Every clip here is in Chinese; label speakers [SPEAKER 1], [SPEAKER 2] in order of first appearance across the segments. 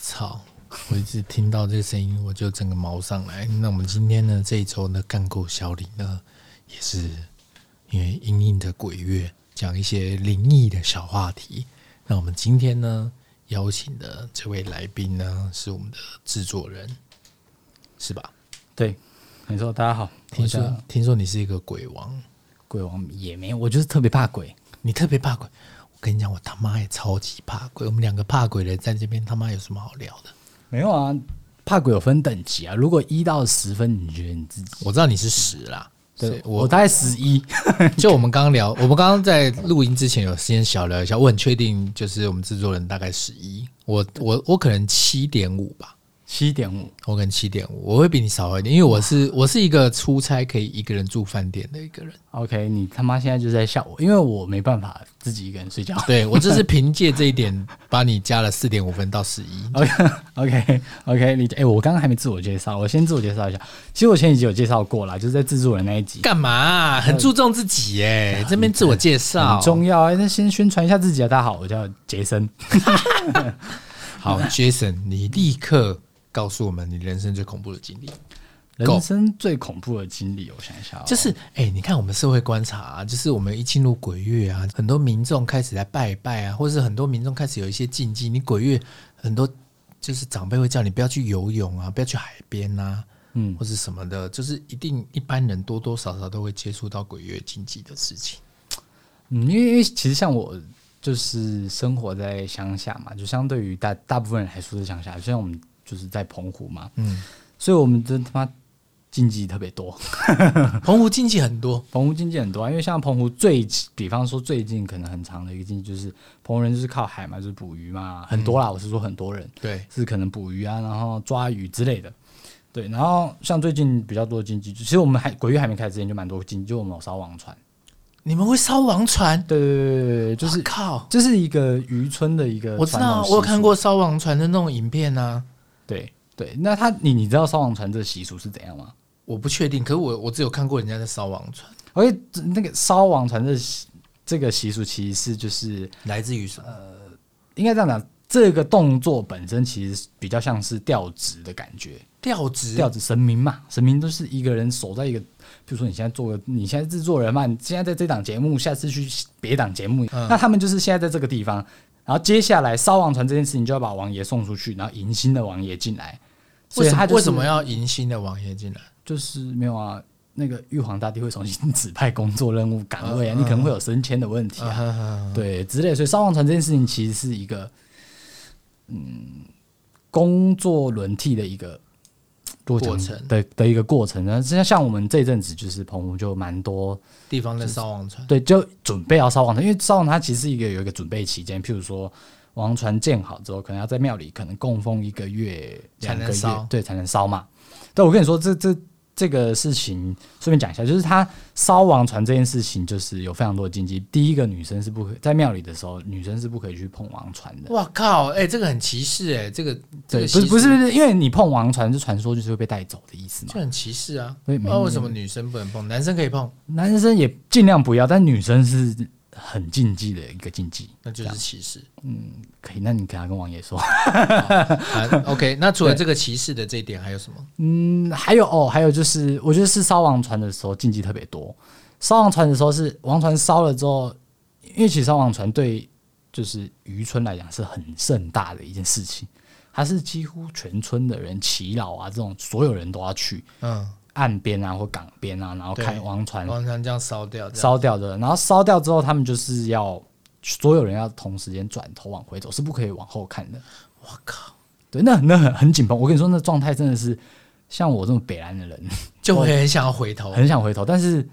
[SPEAKER 1] 操！我一直听到这个声音，我就整个毛上来。那我们今天呢，这一周的干够小李呢，也是因为阴阴的鬼月，讲一些灵异的小话题。那我们今天呢，邀请的这位来宾呢，是我们的制作人，是吧？
[SPEAKER 2] 对，没错，大家好。
[SPEAKER 1] 听
[SPEAKER 2] 我叫
[SPEAKER 1] 说听说你是一个鬼王，
[SPEAKER 2] 鬼王也没有，我就是特别怕鬼。
[SPEAKER 1] 你特别怕鬼。我跟你讲，我他妈也超级怕鬼。我们两个怕鬼的人在这边，他妈有什么好聊的？
[SPEAKER 2] 没有啊，怕鬼有分等级啊。如果一到十分，你觉得你自己？
[SPEAKER 1] 我知道你是十啦，
[SPEAKER 2] 对
[SPEAKER 1] 所以
[SPEAKER 2] 我大概十一。
[SPEAKER 1] 就我们刚刚聊，我们刚刚在录音之前有先小聊一下，我很确定就是我们制作人大概十一，我我我可能七点五吧，
[SPEAKER 2] 七点五，
[SPEAKER 1] 我可能七点五，我会比你少一点，因为我是我是一个出差可以一个人住饭店的一个人，
[SPEAKER 2] OK，你他妈现在就在笑我，因为我没办法自己一个人睡觉。
[SPEAKER 1] 对我就是凭借这一点把你加了四点五分到十一，
[SPEAKER 2] OK OK OK，你哎、我刚刚还没自我介绍，我先自我介绍一下。其实我前几集有介绍过啦，就是在制作人那一集，
[SPEAKER 1] 干嘛啊、很注重自己耶、这边自我介绍
[SPEAKER 2] 很，重要啊。那先宣传一下自己啊，大家好，我叫杰森。
[SPEAKER 1] 好，Jason，你立刻告诉我们你人生最恐怖的经历。
[SPEAKER 2] 人生最恐怖的经历，我想一下哦、
[SPEAKER 1] 就是哎、欸你看我们社会观察、啊，就是我们一进入鬼月啊，很多民众开始来拜拜啊，或是很多民众开始有一些禁忌。你鬼月很多就是长辈会叫你不要去游泳啊，不要去海边啊，
[SPEAKER 2] 嗯
[SPEAKER 1] 或是什么的，就是一定一般人多多少少都会接触到鬼月禁忌的事情。
[SPEAKER 2] 嗯，因为因为其实像我就是生活在乡下嘛，就相对于大大部分人来说是乡下，就像我们就是在澎湖嘛，
[SPEAKER 1] 嗯，
[SPEAKER 2] 所以我们真他妈禁忌特别多，
[SPEAKER 1] 澎湖禁忌很多，
[SPEAKER 2] 澎湖禁忌很多啊。因为像澎湖最，比方说最近可能很长的一个禁忌就是澎湖人就是靠海嘛，就是捕鱼嘛，很多啦，我是说很多人
[SPEAKER 1] 对，
[SPEAKER 2] 是可能捕鱼啊，然后抓鱼之类的。对，然后像最近比较多的禁忌，其实我们还鬼月还没开始之前就蛮多禁忌，就我们有烧王船。
[SPEAKER 1] 你们会烧王船，
[SPEAKER 2] 对对对对对，就是
[SPEAKER 1] 哇靠，
[SPEAKER 2] 这是一个渔村的一个，
[SPEAKER 1] 我知道啊，我有看。过烧王船的那种影片啊。
[SPEAKER 2] 对对，那他你你知道烧王船这个习俗是怎样吗？
[SPEAKER 1] 我不确定，可是我我只有看过人家在烧王船，
[SPEAKER 2] 而且这那个烧王船的习这个习俗其实是就是
[SPEAKER 1] 来自于什么？
[SPEAKER 2] 应该这样讲，这个动作本身其实比较像是吊职的感觉，
[SPEAKER 1] 吊职
[SPEAKER 2] 吊职神明嘛，神明都是一个人守在一个，比如说你现在做个你现在制作人嘛，你现在在这档节目，下次去别档节目，
[SPEAKER 1] 嗯
[SPEAKER 2] 那他们就是现在在这个地方，然后接下来烧王船这件事情就要把王爷送出去，然后迎新的王爷进来，所以
[SPEAKER 1] 为什
[SPEAKER 2] 他
[SPEAKER 1] 么、
[SPEAKER 2] 就是
[SPEAKER 1] 为什么要迎新的王爷进来？
[SPEAKER 2] 就是没有啊，那个玉皇大帝会重新 指派工作任务岗位啊，
[SPEAKER 1] 嗯
[SPEAKER 2] 你可能会有升迁的问题啊，对之类，所以烧王船这件事情其实是一个，嗯，工作轮替的一个过
[SPEAKER 1] 过程
[SPEAKER 2] 的的一个过程。然后像像我们这阵子就是澎湖就蛮多，
[SPEAKER 1] 地方在烧王船，
[SPEAKER 2] 对，就准备要烧王船，因为烧王船它其实是一个有一个准备期间，譬如说。王船建好之后，可能要在庙里可能供奉一个月、
[SPEAKER 1] 才
[SPEAKER 2] 两
[SPEAKER 1] 能
[SPEAKER 2] 个
[SPEAKER 1] 烧
[SPEAKER 2] 月，对，才能烧嘛。但我跟你说，这这这个事情顺便讲一下，就是他烧王船这件事情，就是有非常多的禁忌。第一个，女生是不可在庙里的时候，女生是不可以去碰王船的。
[SPEAKER 1] 哇靠！哎、这个很歧视哎、这个这个
[SPEAKER 2] 对，不是不
[SPEAKER 1] 习俗
[SPEAKER 2] 是不是，因为你碰王船，就传说就是会被带走的意思嘛。
[SPEAKER 1] 就很歧视啊！
[SPEAKER 2] 对
[SPEAKER 1] 不知道为什么女生不能碰，男生可以碰，
[SPEAKER 2] 男生也尽量不要，但女生是很禁忌的一个禁忌。
[SPEAKER 1] 那就是歧视。
[SPEAKER 2] 可以，那你给他跟王爷说。
[SPEAKER 1] 啊 OK，那除了这个歧视的这一点，还有什么？
[SPEAKER 2] 嗯，还有哦，还有就是，我觉得是烧王船的时候禁忌特别多。烧王船的时候是王船烧了之后，因为其实烧王船对就是渔村来讲是很盛大的一件事情，它是几乎全村的人祈老啊，这种所有人都要去
[SPEAKER 1] 嗯，
[SPEAKER 2] 岸边啊或港边啊，然后
[SPEAKER 1] 对
[SPEAKER 2] 开王船
[SPEAKER 1] 王船嗯这样烧掉，这样
[SPEAKER 2] 烧掉的，然后烧掉之后，他们就是要所有人要同时间转头往回走，是不可以往后看的。
[SPEAKER 1] 我靠，
[SPEAKER 2] 对，那那很很紧绷。我跟你说，那状态真的是像我这种北兰的人。
[SPEAKER 1] 就会很想要回头。
[SPEAKER 2] 很想回头，但是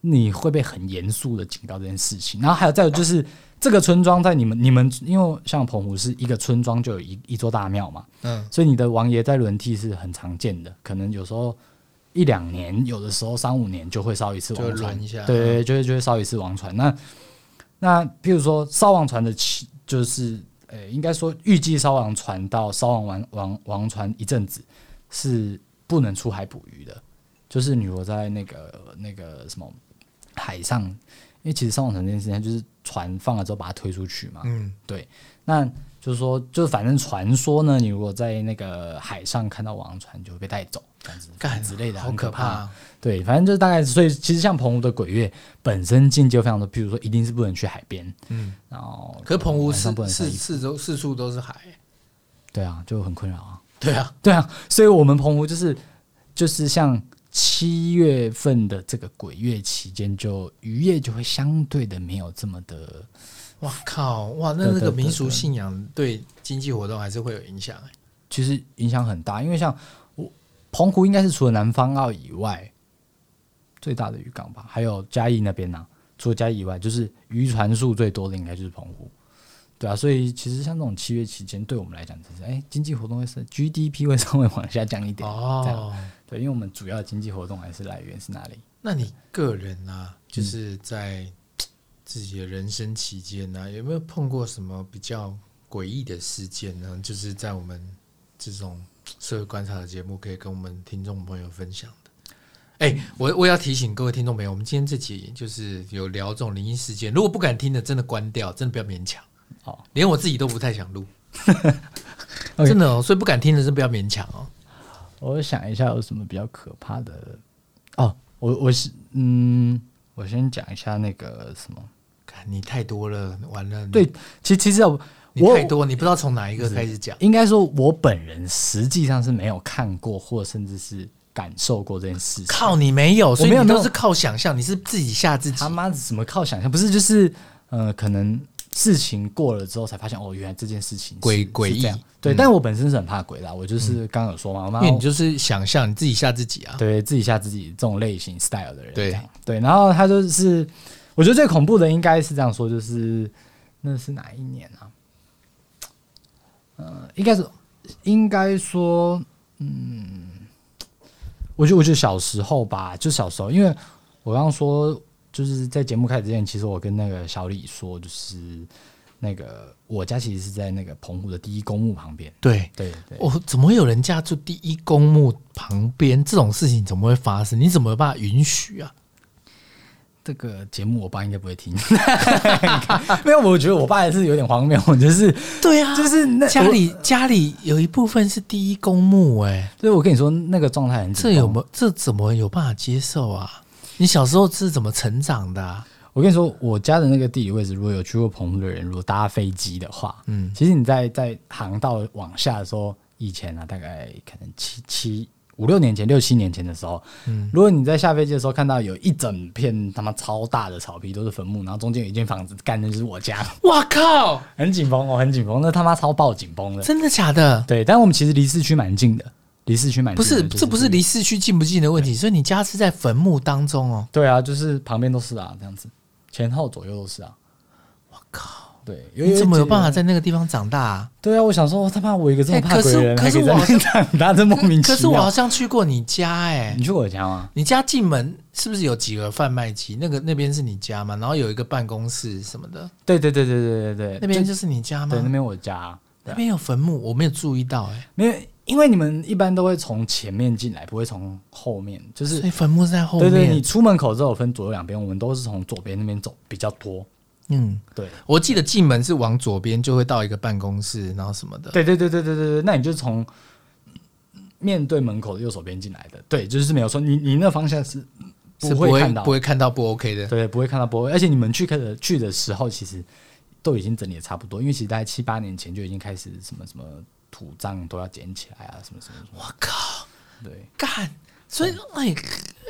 [SPEAKER 2] 你会被很严肃的警告这件事情。然后还有再有就是，这个村庄在你们你们，因为像澎湖是一个村庄就有一一座大庙嘛，
[SPEAKER 1] 嗯，
[SPEAKER 2] 所以你的王爷在轮替是很常见的，可能有时候一两年，有的时候三五年就会烧一次
[SPEAKER 1] 就会
[SPEAKER 2] 王船
[SPEAKER 1] 轮一下，嗯
[SPEAKER 2] 对对对，就会就会烧一次王船。那那譬如说烧王船的起，就是呃、应该说预计烧王船到烧完王王王船一阵子是不能出海捕鱼的，就是你如果在那个那个什么海上，因为其实烧王船这件事情，它就是船放了之后把它推出去嘛，
[SPEAKER 1] 嗯，
[SPEAKER 2] 对，那就是说，就是反正传说呢，你如果在那个海上看到王洋船，你就会被带走，这样子
[SPEAKER 1] 干
[SPEAKER 2] 之类的，
[SPEAKER 1] 好
[SPEAKER 2] 很
[SPEAKER 1] 可怕
[SPEAKER 2] 怕。
[SPEAKER 1] 啊。
[SPEAKER 2] 对，反正就是大概，所以其实像澎湖的鬼月本身境界非常的，比如说一定是不能去海边，
[SPEAKER 1] 嗯，
[SPEAKER 2] 然后
[SPEAKER 1] 可是澎湖
[SPEAKER 2] 晚上
[SPEAKER 1] 四
[SPEAKER 2] 不能穿
[SPEAKER 1] 四
[SPEAKER 2] 衣服，
[SPEAKER 1] 四周四处都是海、
[SPEAKER 2] 对啊，就很困扰啊。
[SPEAKER 1] 对啊，
[SPEAKER 2] 对啊，所以我们澎湖就是就是像七月份的这个鬼月期间，就渔业就会相对的没有这么的，
[SPEAKER 1] 哇靠，哇那
[SPEAKER 2] 对
[SPEAKER 1] 那个
[SPEAKER 2] 对
[SPEAKER 1] 民
[SPEAKER 2] 对
[SPEAKER 1] 俗
[SPEAKER 2] 对
[SPEAKER 1] 信仰对经济活动还是会有影响、欸。
[SPEAKER 2] 其实影响很大。因为像我澎湖应该是除了南方澳以外最大的渔港吧，还有嘉义那边呐、除了嘉义以外，就是渔船数最多的应该就是澎湖。对啊，所以其实像这种七月期间，对我们来讲，就是哎，经济活动会是 GDP 会稍微往下降一点。这样
[SPEAKER 1] 哦，
[SPEAKER 2] 对，因为我们主要的经济活动还是来源是哪里？
[SPEAKER 1] 那你个人
[SPEAKER 2] 嗯
[SPEAKER 1] 啊，就是在自己的人生期间呢、啊，有没有碰过什么比较诡异的事件呢？就是在我们这种社会观察的节目，可以跟我们听众朋友分享的。哎、我我要提醒各位听众朋友，我们今天这集就是有聊这种灵异事件，如果不敢听的，真的关掉，真的不要勉强。
[SPEAKER 2] 好，
[SPEAKER 1] 连我自己都不太想 录
[SPEAKER 2] OK
[SPEAKER 1] 真的哦，所以不敢听的，真不要勉强哦。
[SPEAKER 2] 我想一下有什么比较可怕的哦，我我是嗯，我先讲一下那个什么，
[SPEAKER 1] 看你太多了，完了，你
[SPEAKER 2] 对，其其实我
[SPEAKER 1] 你太多，你不知道从哪一个开始讲。
[SPEAKER 2] 应该说，我本人实际上是没有看过或甚至是感受过这件事情。
[SPEAKER 1] 靠，你没有，所以
[SPEAKER 2] 没有
[SPEAKER 1] 你
[SPEAKER 2] 没
[SPEAKER 1] 都
[SPEAKER 2] 有
[SPEAKER 1] 是靠想象，你是自己吓自己
[SPEAKER 2] 他。妈的怎么靠想象？不是就是呃，可能事情过了之后才发现哦，原来这件事情是
[SPEAKER 1] 诡
[SPEAKER 2] 是
[SPEAKER 1] 诡异嗯
[SPEAKER 2] 这样对，但我本身是很怕鬼的啊，我就是刚刚有说嘛，我妈
[SPEAKER 1] 因为你就是想象，你自己吓自己啊。
[SPEAKER 2] 对自己吓自己这种类型 style 的人，
[SPEAKER 1] 对
[SPEAKER 2] 这样对，然后他就是，我觉得最恐怖的应该是这样说，就是那是哪一年啊？呃，应该是应该说，嗯，我觉得我觉得小时候吧，就小时候，因为我刚刚说就是在节目开始之前，其实我跟那个小李说，就是那个我家其实是在那个澎湖的第一公墓旁边，
[SPEAKER 1] 对，
[SPEAKER 2] 对对，
[SPEAKER 1] 我、哦怎么会有人家住第一公墓旁边这种事情怎么会发生？你怎么有办法允许啊？
[SPEAKER 2] 这个节目我爸应该不会听， 没有，我觉得我爸也是有点荒谬， 就是
[SPEAKER 1] 对啊，
[SPEAKER 2] 就是那
[SPEAKER 1] 家，里家里有一部分是第一公墓、哎，
[SPEAKER 2] 所以我跟你说那个状态很
[SPEAKER 1] 这
[SPEAKER 2] 紧绷
[SPEAKER 1] 有没有这怎么有办法接受啊？你小时候是怎么成长的、啊？
[SPEAKER 2] 我跟你说，我家的那个地理位置，如果有去过澎湖的人，如果搭飞机的话，
[SPEAKER 1] 嗯
[SPEAKER 2] 嗯，其实你在在航道往下的时候，以前啊，大概可能七七五六年前、六七年前的时候，
[SPEAKER 1] 嗯
[SPEAKER 2] 嗯，如果你在下飞机的时候看到有一整片他妈超大的草皮都是坟墓，然后中间有一间房子，干的就是我家，
[SPEAKER 1] 哇靠！
[SPEAKER 2] 很紧绷哦，很紧绷，那他妈超爆紧绷的，
[SPEAKER 1] 真的假的？
[SPEAKER 2] 对，但我们其实离市区蛮近的，离市区蛮
[SPEAKER 1] 不
[SPEAKER 2] 近的
[SPEAKER 1] 是，
[SPEAKER 2] 就
[SPEAKER 1] 这不是离市区近不近的问题，所以你家是在坟墓当中哦。
[SPEAKER 2] 对啊，就是旁边都是啊，这样子，前后左右都是啊。我靠！对，有
[SPEAKER 1] 你怎么有办？
[SPEAKER 2] 一
[SPEAKER 1] 法
[SPEAKER 2] 集
[SPEAKER 1] 在那个地方长大、啊？
[SPEAKER 2] 对啊，我想说，他妈我一个这么
[SPEAKER 1] 哎
[SPEAKER 2] 怕
[SPEAKER 1] 可
[SPEAKER 2] 鬼
[SPEAKER 1] 是
[SPEAKER 2] 的人，
[SPEAKER 1] 可是
[SPEAKER 2] 还可以在
[SPEAKER 1] 我
[SPEAKER 2] 那边长大，真莫名
[SPEAKER 1] 可
[SPEAKER 2] 其妙。嗯
[SPEAKER 1] 是我好像去过你家哎、
[SPEAKER 2] 你去我家吗？
[SPEAKER 1] 你家进门是不是有几个贩卖机？那个那边是你家吗？然后有一个办公室什么的，
[SPEAKER 2] 对对对对对对对，
[SPEAKER 1] 那边
[SPEAKER 2] 就
[SPEAKER 1] 就是你家吗
[SPEAKER 2] 对？那边我家，对
[SPEAKER 1] 那
[SPEAKER 2] 啊
[SPEAKER 1] 边有坟墓，我没有注意到哎、
[SPEAKER 2] 没有，因为你们一般都会从前面进来，不会从后面，就是
[SPEAKER 1] 所以坟墓是在后
[SPEAKER 2] 对
[SPEAKER 1] 面。
[SPEAKER 2] 对，你出门口之后分左右两边，我们都是从左边那边走比较多。
[SPEAKER 1] 嗯，
[SPEAKER 2] 对
[SPEAKER 1] 我记得进门是往左边就会到一个办公室，然后什么的。
[SPEAKER 2] 对对对对对对对，那你就从面对门口的右手边进来的，对，就是没有说你你那方向是
[SPEAKER 1] 是
[SPEAKER 2] 不
[SPEAKER 1] 不
[SPEAKER 2] 会
[SPEAKER 1] 会
[SPEAKER 2] 看到，
[SPEAKER 1] 不会看到不 OK 的。
[SPEAKER 2] 对，不会看到不会，而且你们去看的去的时候，其实都已经整理的差不多，因为其实大概七八年前就已经开始什么什么土葬都要捡起来啊，什么什么什么，
[SPEAKER 1] 我靠！
[SPEAKER 2] 对，
[SPEAKER 1] 干，所以哎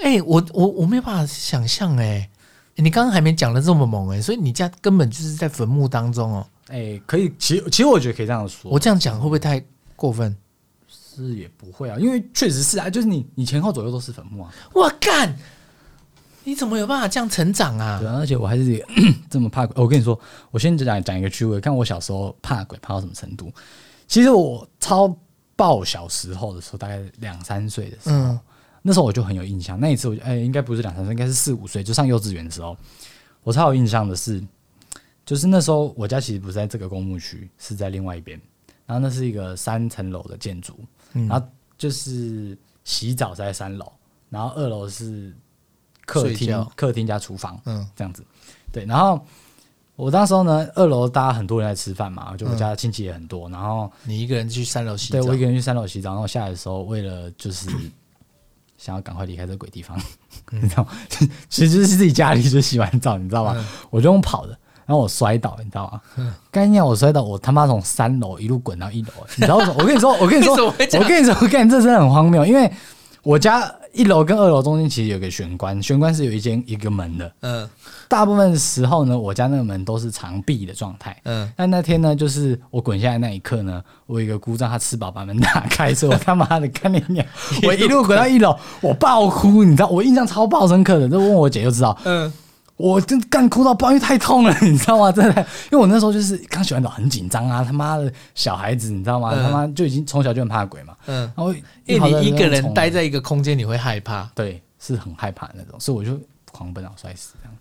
[SPEAKER 1] 哎，我我我没有办法想象哎、你刚刚还没讲的这么猛哎、所以你家根本就是在坟墓当中哦。
[SPEAKER 2] 哎、可以，其实其实我觉得可以这样说，
[SPEAKER 1] 我这样讲会不会太过分？
[SPEAKER 2] 是也不会啊，因为确实是啊，就是你你前后左右都是坟墓啊，
[SPEAKER 1] 我干，你怎么有办法这样成长啊
[SPEAKER 2] 对？啊，而且我还是 这么怕鬼。哦我跟你说，我先讲讲一个趣味，看我小时候怕鬼怕到什么程度。其实我超爆小时候的时候，大概两三岁的时候，
[SPEAKER 1] 嗯，
[SPEAKER 2] 那时候我就很有印象。那一次我就，哎、应该不是两三岁，应该是四五岁，就上幼稚园的时候，我超有印象的是，就是那时候我家其实不是在这个公墓区，是在另外一边。然后那是一个三层楼的建筑，
[SPEAKER 1] 嗯
[SPEAKER 2] 然后就是洗澡是在三楼，然后二楼是客
[SPEAKER 1] 睡
[SPEAKER 2] 厅
[SPEAKER 1] 觉、
[SPEAKER 2] 客厅加厨房，
[SPEAKER 1] 嗯
[SPEAKER 2] 这样子。对，然后我当时候呢，二楼大家很多人在吃饭嘛，就我家亲戚也很多，然后
[SPEAKER 1] 你一个人去三楼嗯洗澡，
[SPEAKER 2] 对我一个人去三楼洗澡，然后下来的时候，为了就是想要赶快离开这个鬼地方，
[SPEAKER 1] 嗯
[SPEAKER 2] 你知道吗，其实就是自己家里就洗完澡，你知道
[SPEAKER 1] 嗯
[SPEAKER 2] 吗？我就用跑的。然后我摔倒，你知道吗？干娘，我摔倒，我他妈从三楼一路滚到一楼，你知道为什么？我跟你说，我跟你说，
[SPEAKER 1] 为什么会这
[SPEAKER 2] 我
[SPEAKER 1] 样
[SPEAKER 2] 跟你说，我跟你这真的很荒谬，因为我家一楼跟二楼中间其实有个玄关，玄关是有一间一个门的，
[SPEAKER 1] 嗯
[SPEAKER 2] 大部分时候呢，我家那个门都是长闭的状态。
[SPEAKER 1] 嗯，
[SPEAKER 2] 但那天呢，就是我滚下来那一刻呢，我有一个姑丈，他吃饱把门打开，所以我他妈的看你 鸟，我一路滚到一楼，我爆哭，你知道，我印象超爆深刻的，这问我姐就知道，
[SPEAKER 1] 嗯，
[SPEAKER 2] 我真干哭到爆，因为太痛了，你知道吗？真的，因为我那时候就是刚洗完澡很紧张啊，他妈的小孩子，你知道吗？
[SPEAKER 1] 嗯
[SPEAKER 2] 他妈就已经从小就很怕鬼嘛，
[SPEAKER 1] 嗯，
[SPEAKER 2] 然后
[SPEAKER 1] 因为你一个人待
[SPEAKER 2] 在。
[SPEAKER 1] 在一个空间，你会害怕。
[SPEAKER 2] 对，是很害怕的那种，所以我就狂奔，然后摔死这样。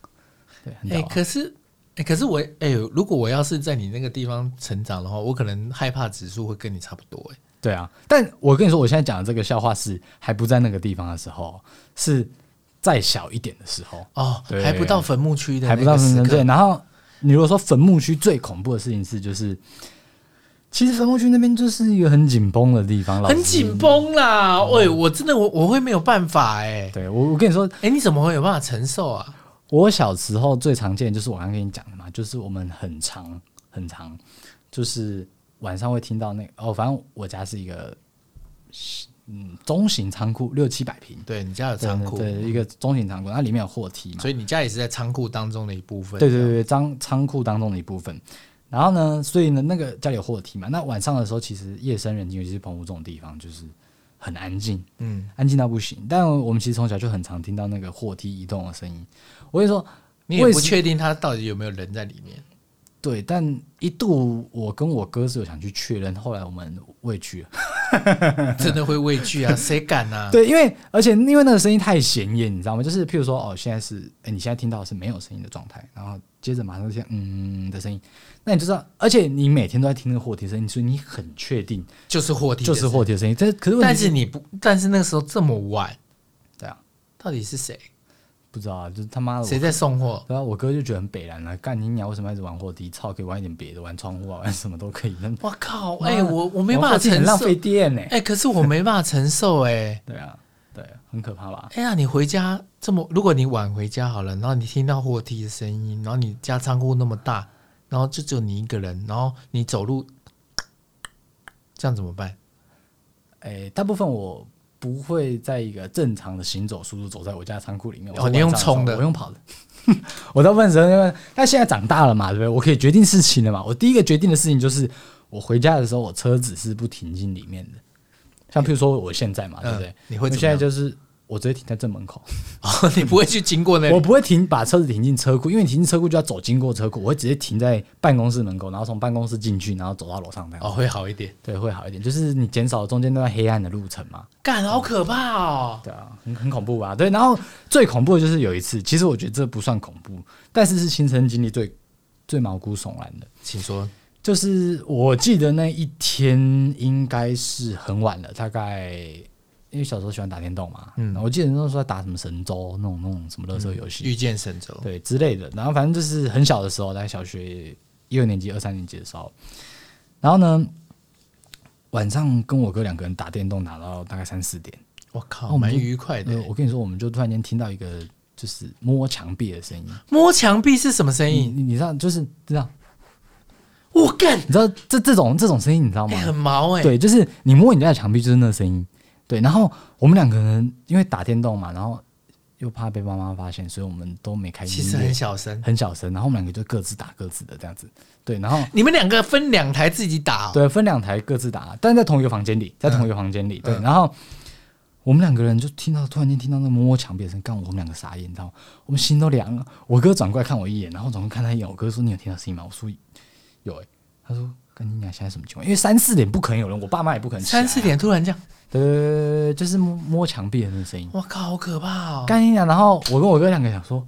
[SPEAKER 2] 对，很
[SPEAKER 1] 哎、
[SPEAKER 2] 屌啊、
[SPEAKER 1] 可是，哎、可是我，哎、如果我要是在你那个地方成长的话，我可能害怕指数会跟你差不多、哎，
[SPEAKER 2] 对啊。但我跟你说，我现在讲的这个笑话是还不在那个地方的时候，是再小一点的时候，
[SPEAKER 1] 哦，
[SPEAKER 2] 对
[SPEAKER 1] 还不到坟墓区的
[SPEAKER 2] 还
[SPEAKER 1] 那
[SPEAKER 2] 不到
[SPEAKER 1] 个时
[SPEAKER 2] 深
[SPEAKER 1] 刻
[SPEAKER 2] 圳。，然后你如果说坟墓区最恐怖的事情是，就是其实坟墓区那边就是一个很紧绷的地方，老实
[SPEAKER 1] 很紧。绷啦。喂、我真的我我会没有办法、哎，
[SPEAKER 2] 对我，我跟你说，
[SPEAKER 1] 哎、你怎么会有办法承受啊？
[SPEAKER 2] 我小时候最常见的就是我刚跟你讲的嘛，就是我们很常很常，就是晚上会听到那个哦，反正我家是一个嗯中型仓库，六七百平
[SPEAKER 1] 对你家有仓库，
[SPEAKER 2] 对对一个中型仓库，它里面有货梯嘛，
[SPEAKER 1] 所以你家也是在仓库当中的一部分。
[SPEAKER 2] 对对对，对仓仓库当中的一部分。然后呢，所以呢，那个家里有货梯嘛，那晚上的时候其实夜深人静，尤其是澎湖这种地方，就是很安静，
[SPEAKER 1] 嗯，
[SPEAKER 2] 安静到不行。但我们其实从小就很常听到那个货梯移动的声音。我跟你说，
[SPEAKER 1] 你也
[SPEAKER 2] 为
[SPEAKER 1] 不
[SPEAKER 2] 什
[SPEAKER 1] 确定他到底有没有人在里面。
[SPEAKER 2] 对，但一度我跟我哥是有想去确认，后来我们畏惧了。
[SPEAKER 1] 真的会畏惧啊，谁敢啊？
[SPEAKER 2] 对，因为而且因为那个声音太显眼，你知道吗？就是譬如说，哦，现在是，哎、你现在听到的是没有声音的状态，然后接着马上就像嗯的声音，那你就知道，而且你每天都在听那个货梯声音，所以你很确定
[SPEAKER 1] 就是货梯，
[SPEAKER 2] 就是货。梯的声音。但可是问
[SPEAKER 1] 但
[SPEAKER 2] 题是，
[SPEAKER 1] 是你不，但是那个时候这么晚，
[SPEAKER 2] 对啊，
[SPEAKER 1] 到底是谁？
[SPEAKER 2] 不知道啊，就是他妈的
[SPEAKER 1] 谁
[SPEAKER 2] 我。
[SPEAKER 1] 在送货？
[SPEAKER 2] 然后我哥就觉得很北然了，干你娘！为什么要一直玩货梯？操，可以玩一点别的，玩窗户啊，玩什么都可以。那
[SPEAKER 1] 我靠！
[SPEAKER 2] 妈
[SPEAKER 1] 哎、
[SPEAKER 2] 的
[SPEAKER 1] 我我没办
[SPEAKER 2] 玩
[SPEAKER 1] 法
[SPEAKER 2] 货梯很
[SPEAKER 1] 承
[SPEAKER 2] 浪
[SPEAKER 1] 受
[SPEAKER 2] 费。电呢、
[SPEAKER 1] 哎、可是我没办法承受、哎，
[SPEAKER 2] 对啊，对，很可怕吧？
[SPEAKER 1] 哎呀，你回家这么，如果你晚回家好了，然后你听到货梯的声音，然后你家仓库那么大，然后就只有你一个人，然后你走路，这样怎么办？
[SPEAKER 2] 诶、大部分我不会在一个正常的行走速度走在我家仓库里面。
[SPEAKER 1] 哦
[SPEAKER 2] 我在晚
[SPEAKER 1] 你用
[SPEAKER 2] 上时候
[SPEAKER 1] 冲的
[SPEAKER 2] 我用跑的。 我大部分时候因为，但现在长大了嘛，对不对？我可以决定事情了嘛。我第一个决定的事情就是，我回家的时候，我车子是不停进里面的。像譬如说我现在嘛，对不对？
[SPEAKER 1] 嗯你会
[SPEAKER 2] 我
[SPEAKER 1] 怎么
[SPEAKER 2] 现在
[SPEAKER 1] 样？
[SPEAKER 2] 就是我直接停在正门口，
[SPEAKER 1] 哦，你不会去经过那
[SPEAKER 2] 我
[SPEAKER 1] 里？
[SPEAKER 2] 不会停把车子停进车库，因为你停进车库就要走经过车库，我会直接停在办公室门口，然后从办公室进去，然后走到楼上这样。
[SPEAKER 1] 哦，会好一点。
[SPEAKER 2] 对，会好一点，就是你减少中间那段黑暗的路程嘛。
[SPEAKER 1] 干，好可怕哦！
[SPEAKER 2] 对啊，很很恐怖吧？对，然后最恐怖的就是有一次，其实我觉得这不算恐怖，但是是亲身经历最最毛骨悚然的。
[SPEAKER 1] 请说。
[SPEAKER 2] 就是我记得那一天应该是很晚了，大概因为小时候喜欢打电动嘛，
[SPEAKER 1] 嗯
[SPEAKER 2] 嗯，我记得那时候在打什么神州那种那种什么乐色游戏，
[SPEAKER 1] 遇见神州，
[SPEAKER 2] 对之类的。然后反正就是很小的时候，在小学一二年级、二三年级的时候，然后呢，晚上跟我哥两个人打电动，打到大概三四点。
[SPEAKER 1] 我靠，
[SPEAKER 2] 我们
[SPEAKER 1] 蛮
[SPEAKER 2] 就
[SPEAKER 1] 愉快的
[SPEAKER 2] 呃，。我跟你说，我们就突然间听到一个就是摸墙壁的声音，
[SPEAKER 1] 摸墙壁是什么声
[SPEAKER 2] 你
[SPEAKER 1] 音？
[SPEAKER 2] 你你知道，就是知道，
[SPEAKER 1] 我干，
[SPEAKER 2] 你知道这这种这种声音，你知道
[SPEAKER 1] 哎
[SPEAKER 2] 嗯吗？
[SPEAKER 1] 很毛哎。
[SPEAKER 2] 对，就是你摸你家的墙壁，就是那个声音。对，然后我们两个人因为打电动嘛，然后又怕被妈妈发现，所以我们都没开音乐，
[SPEAKER 1] 其实很小声。
[SPEAKER 2] 很小声。然后我们两个就各自打各自的这样子。对，然后
[SPEAKER 1] 你们两个分两台自己打哦，
[SPEAKER 2] 对，分两台各自打，但在同一个房间里，在
[SPEAKER 1] 嗯
[SPEAKER 2] 同一个房间里。对，然后我们两个人就听到，突然间听到那摸摸墙壁的声音，干我们两个傻眼，你知道吗？我们心都凉了。我哥转过来看我一眼，然后转过来看他一眼。我哥说：“你有听到声音吗？”我说：“有、欸。”他说：“跟你讲现在什么情况？因为三四点不可能有人，我爸妈也不可能起来啊。
[SPEAKER 1] 三四点突然这样，
[SPEAKER 2] 对，对对对对，就是摸摸墙壁的那个声音。
[SPEAKER 1] 我靠，好可怕哦！
[SPEAKER 2] 干你讲，然后我跟我哥两个想说，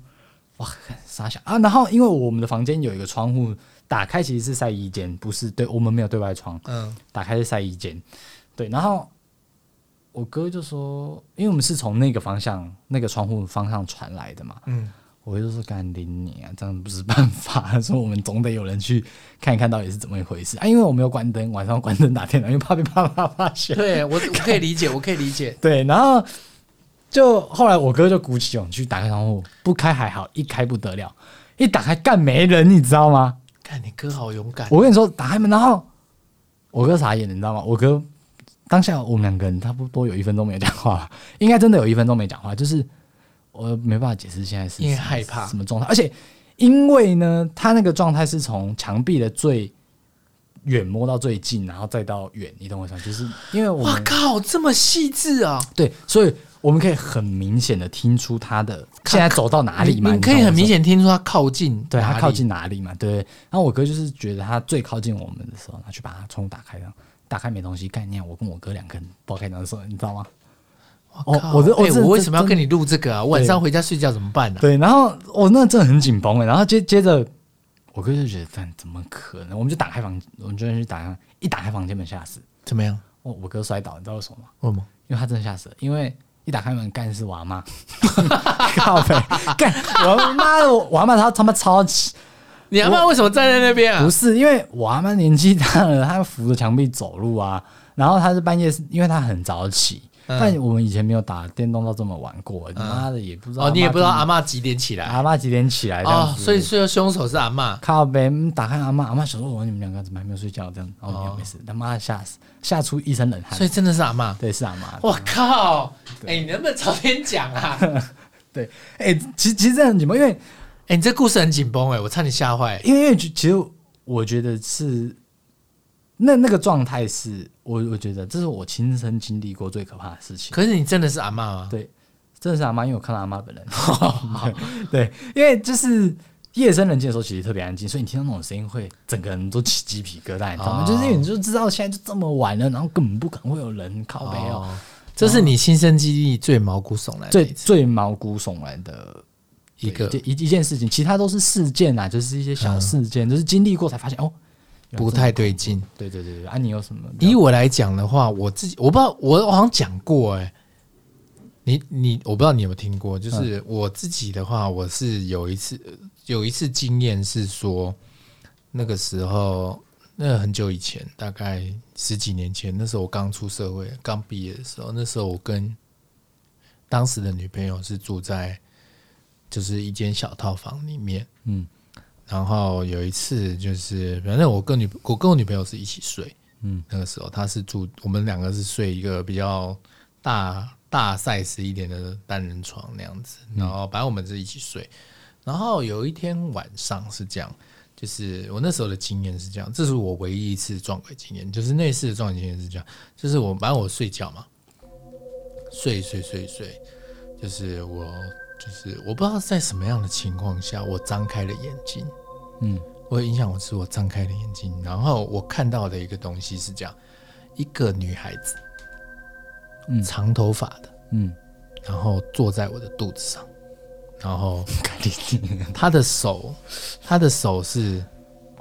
[SPEAKER 2] 哇，干傻小啊！然后因为我们的房间有一个窗户打开，其实是晒衣间，不是对我们没有对外窗。
[SPEAKER 1] 嗯
[SPEAKER 2] 打开是晒衣间，对，然后我哥就说，因为我们是从那个方向、那个窗户方向传来的嘛，
[SPEAKER 1] 嗯，
[SPEAKER 2] 我就说干林你啊，这样不是办法， 说我们总得有人去看一看到底是怎么一回事啊，因为我没有关灯，晚上关灯打电脑，因为怕被爸妈发现。
[SPEAKER 1] 对我我可以理解，我可以理解。
[SPEAKER 2] 对，然后就后来我哥就鼓起勇气打开窗户，不开还好，一开不得了，一打开干没人，你知道吗？
[SPEAKER 1] 看你哥好勇敢，
[SPEAKER 2] 我跟你说，打开门，然后我哥傻眼，你知道吗？我哥当下我们两个人差不多有一分钟没有讲话 了，应该真的有一分钟没讲话，就是我没办法解释现在是
[SPEAKER 1] 因为
[SPEAKER 2] 什么
[SPEAKER 1] 害怕
[SPEAKER 2] 什么状态，而且因为呢，他那个状态是从墙壁的最远摸到最近，然后再到远，你懂我意思吗？就是因为我
[SPEAKER 1] 哇
[SPEAKER 2] 们
[SPEAKER 1] 靠，这么细致啊！
[SPEAKER 2] 对，所以我们可以很明显的听出他的现在走到哪里嘛，
[SPEAKER 1] 你你可
[SPEAKER 2] 懂
[SPEAKER 1] 以
[SPEAKER 2] 我
[SPEAKER 1] 很
[SPEAKER 2] 意思
[SPEAKER 1] 明
[SPEAKER 2] 吗
[SPEAKER 1] 显听出他靠近，
[SPEAKER 2] 对
[SPEAKER 1] 哪
[SPEAKER 2] 他
[SPEAKER 1] 里
[SPEAKER 2] 靠近哪里嘛，对。然后我哥就是觉得他最靠近我们的时候，他去把他窗户打开，然后打开没东西，概念我跟我哥两个人不知道该怎么说，你知道吗？
[SPEAKER 1] 我
[SPEAKER 2] 哦
[SPEAKER 1] 靠
[SPEAKER 2] 我这我
[SPEAKER 1] 哎
[SPEAKER 2] 这
[SPEAKER 1] 我为什么要
[SPEAKER 2] 这
[SPEAKER 1] 跟你录这个啊？晚上回家睡觉怎么办呢？啊
[SPEAKER 2] 对，然后我那真的很紧绷哎，然后接接着我哥就觉得，但怎么可能？我们就打开房，我们就去打开，一打开房间门吓死，
[SPEAKER 1] 怎么样？
[SPEAKER 2] 我我哥摔倒，你知道为什么吗？
[SPEAKER 1] 为什么？
[SPEAKER 2] 因为他真的吓死了，因为一打开门干是我阿妈， 靠北干我妈的，我我阿妈她他妈超级
[SPEAKER 1] 你阿妈为什么站在那边啊
[SPEAKER 2] 不？是，因为我阿妈年纪大了，她扶着墙壁走路啊。然后她是半夜是，因为她很早起，
[SPEAKER 1] 嗯
[SPEAKER 2] 但我们以前没有打电动到这么晚过。你妈的也不知道
[SPEAKER 1] 哦，你也不知道阿
[SPEAKER 2] 妈
[SPEAKER 1] 妈几点起
[SPEAKER 2] 几
[SPEAKER 1] 来
[SPEAKER 2] 阿妈几点起来这样
[SPEAKER 1] 哦，
[SPEAKER 2] 子。
[SPEAKER 1] 所以说凶手是阿妈。
[SPEAKER 2] 靠呗，嗯打开阿妈，阿妈想说：“哦我你们两个怎么还没有睡觉？”这样，然后没有没事，他妈的吓死，吓出一身冷汗
[SPEAKER 1] 哦所。以真的是阿妈。
[SPEAKER 2] 哎对，是阿妈。
[SPEAKER 1] 我靠！哎、你能不能早点讲啊？
[SPEAKER 2] 对，哎、其实其实这样子嘛，因为
[SPEAKER 1] 哎、你这故事很紧绷哎，我差点吓坏。
[SPEAKER 2] 因为因为其其实我觉得是那那个状态是我我觉得这是我亲身经历过最可怕的事情。
[SPEAKER 1] 可是你真的是阿妈啊？
[SPEAKER 2] 对，真的是阿妈，因为我看到阿妈本人。 对，因为就是夜深人静的时候，其实特别安静，所以你听到那种声音，会整个人都起鸡皮疙瘩，你知道吗？
[SPEAKER 1] 哦
[SPEAKER 2] 就是因为你就知道现在就这么晚了，然后根本不可能会有人靠背哦。
[SPEAKER 1] 哦，这是你亲身经历最毛骨悚然的
[SPEAKER 2] 最
[SPEAKER 1] 一次
[SPEAKER 2] 最毛骨悚然的
[SPEAKER 1] 一个嗯
[SPEAKER 2] 一一件事情，其他都是事件啊，就是一些小事件，就是经历过才发现哦。原来
[SPEAKER 1] 不
[SPEAKER 2] 这么
[SPEAKER 1] 太对劲。
[SPEAKER 2] 对对对对，啊，你有什么？
[SPEAKER 1] 以我来讲的话，我自己我不知道，我好像讲过哎、你你我不知道你有没有听过，就是我自己的话，我是有一次有一次经验是说，那个时候那很久以前，大概十几年前，那时候我刚出社会，刚毕业的时候，那时候我跟当时的女朋友是住在就是一间小套房里面，
[SPEAKER 2] 嗯
[SPEAKER 1] 然后有一次就是反正我跟女我跟我女朋友是一起睡，
[SPEAKER 2] 嗯
[SPEAKER 1] 那个时候他是住我们两个是睡一个比较大大 size 一点的单人床那样子，然后反正我们是一起睡。然后有一天晚上是这样，就是我那时候的经验是这样，这是我唯一一次撞鬼经验，就是那次的撞鬼经验是这样，就是我反正我睡觉嘛，睡睡睡睡，就是我就是我不知道在什么样的情况下，我张开了眼睛，
[SPEAKER 2] 嗯
[SPEAKER 1] 我的影响我是我张开了眼睛，然后我看到的一个东西是这样，一个女孩子，
[SPEAKER 2] 嗯
[SPEAKER 1] 长头发的，
[SPEAKER 2] 嗯，
[SPEAKER 1] 然后坐在我的肚子上，然后
[SPEAKER 2] 肯定
[SPEAKER 1] 她的手，她的手是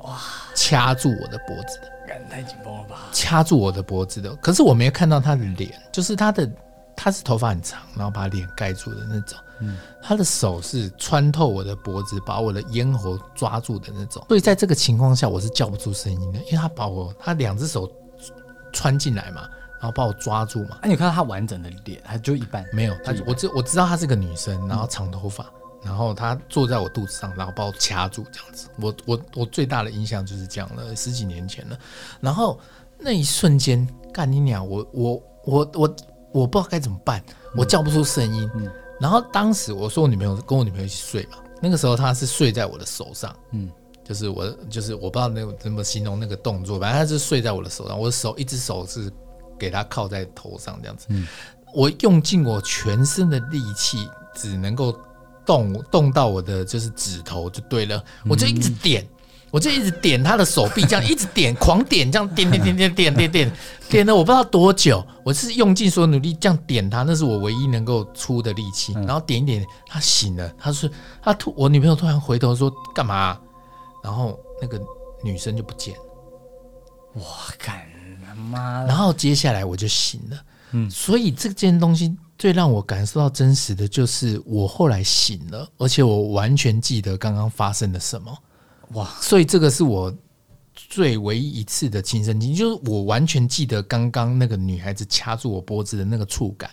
[SPEAKER 1] 哇掐住我的脖子的，
[SPEAKER 2] 感太紧绷了吧？
[SPEAKER 1] 掐住我的脖子的，可是我没有看到她的脸，就是她的她是头发很长，然后把脸盖住的那种，
[SPEAKER 2] 嗯
[SPEAKER 1] 她的手是穿透我的脖子，把我的咽喉抓住的那种。所以在这个情况下，我是叫不出声音的，因为她把我她两只手穿进来嘛，然后把我抓住嘛，
[SPEAKER 2] 啊，你有看到他完整的脸，他就一半，
[SPEAKER 1] 没有，她我知我知道她是个女生，然后长头发，然后她坐在我肚子上，然后把我掐住这样子。我我我最大的印象就是这样了，十几年前了。然后那一瞬间，干你娘！我我我我我不知道该怎么办，我叫不出声音。
[SPEAKER 2] 嗯
[SPEAKER 1] 然后当时我说我女朋友跟我女朋友一起睡嘛，那个时候她是睡在我的手上，
[SPEAKER 2] 嗯
[SPEAKER 1] 就是我就是我不知道那个怎么形容那个动作，反正她是睡在我的手上，我的手一只手是给她靠在头上这样子，
[SPEAKER 2] 嗯
[SPEAKER 1] 我用尽我全身的力气，只能够动动到我的就是指头就对了，我就一直点。我就一直点她的手臂，这样一直点，狂点，这样点点点点点点点，点了我不知道多久，我是用尽所有努力这样点她，那是我唯一能够出的力气。然后点一点，她醒了，她说她突，我女朋友突然回头说干嘛啊、然后那个女生就不见了。
[SPEAKER 2] 哇，干他妈的
[SPEAKER 1] 然后接下来我就醒了。
[SPEAKER 2] 嗯
[SPEAKER 1] 所以这件东西最让我感受到真实的就是我后来醒了，而且我完全记得刚刚发生了什么。
[SPEAKER 2] 哇，
[SPEAKER 1] 所以这个是我最唯一一次的亲身经历，就是我完全记得刚刚那个女孩子掐住我脖子的那个触感，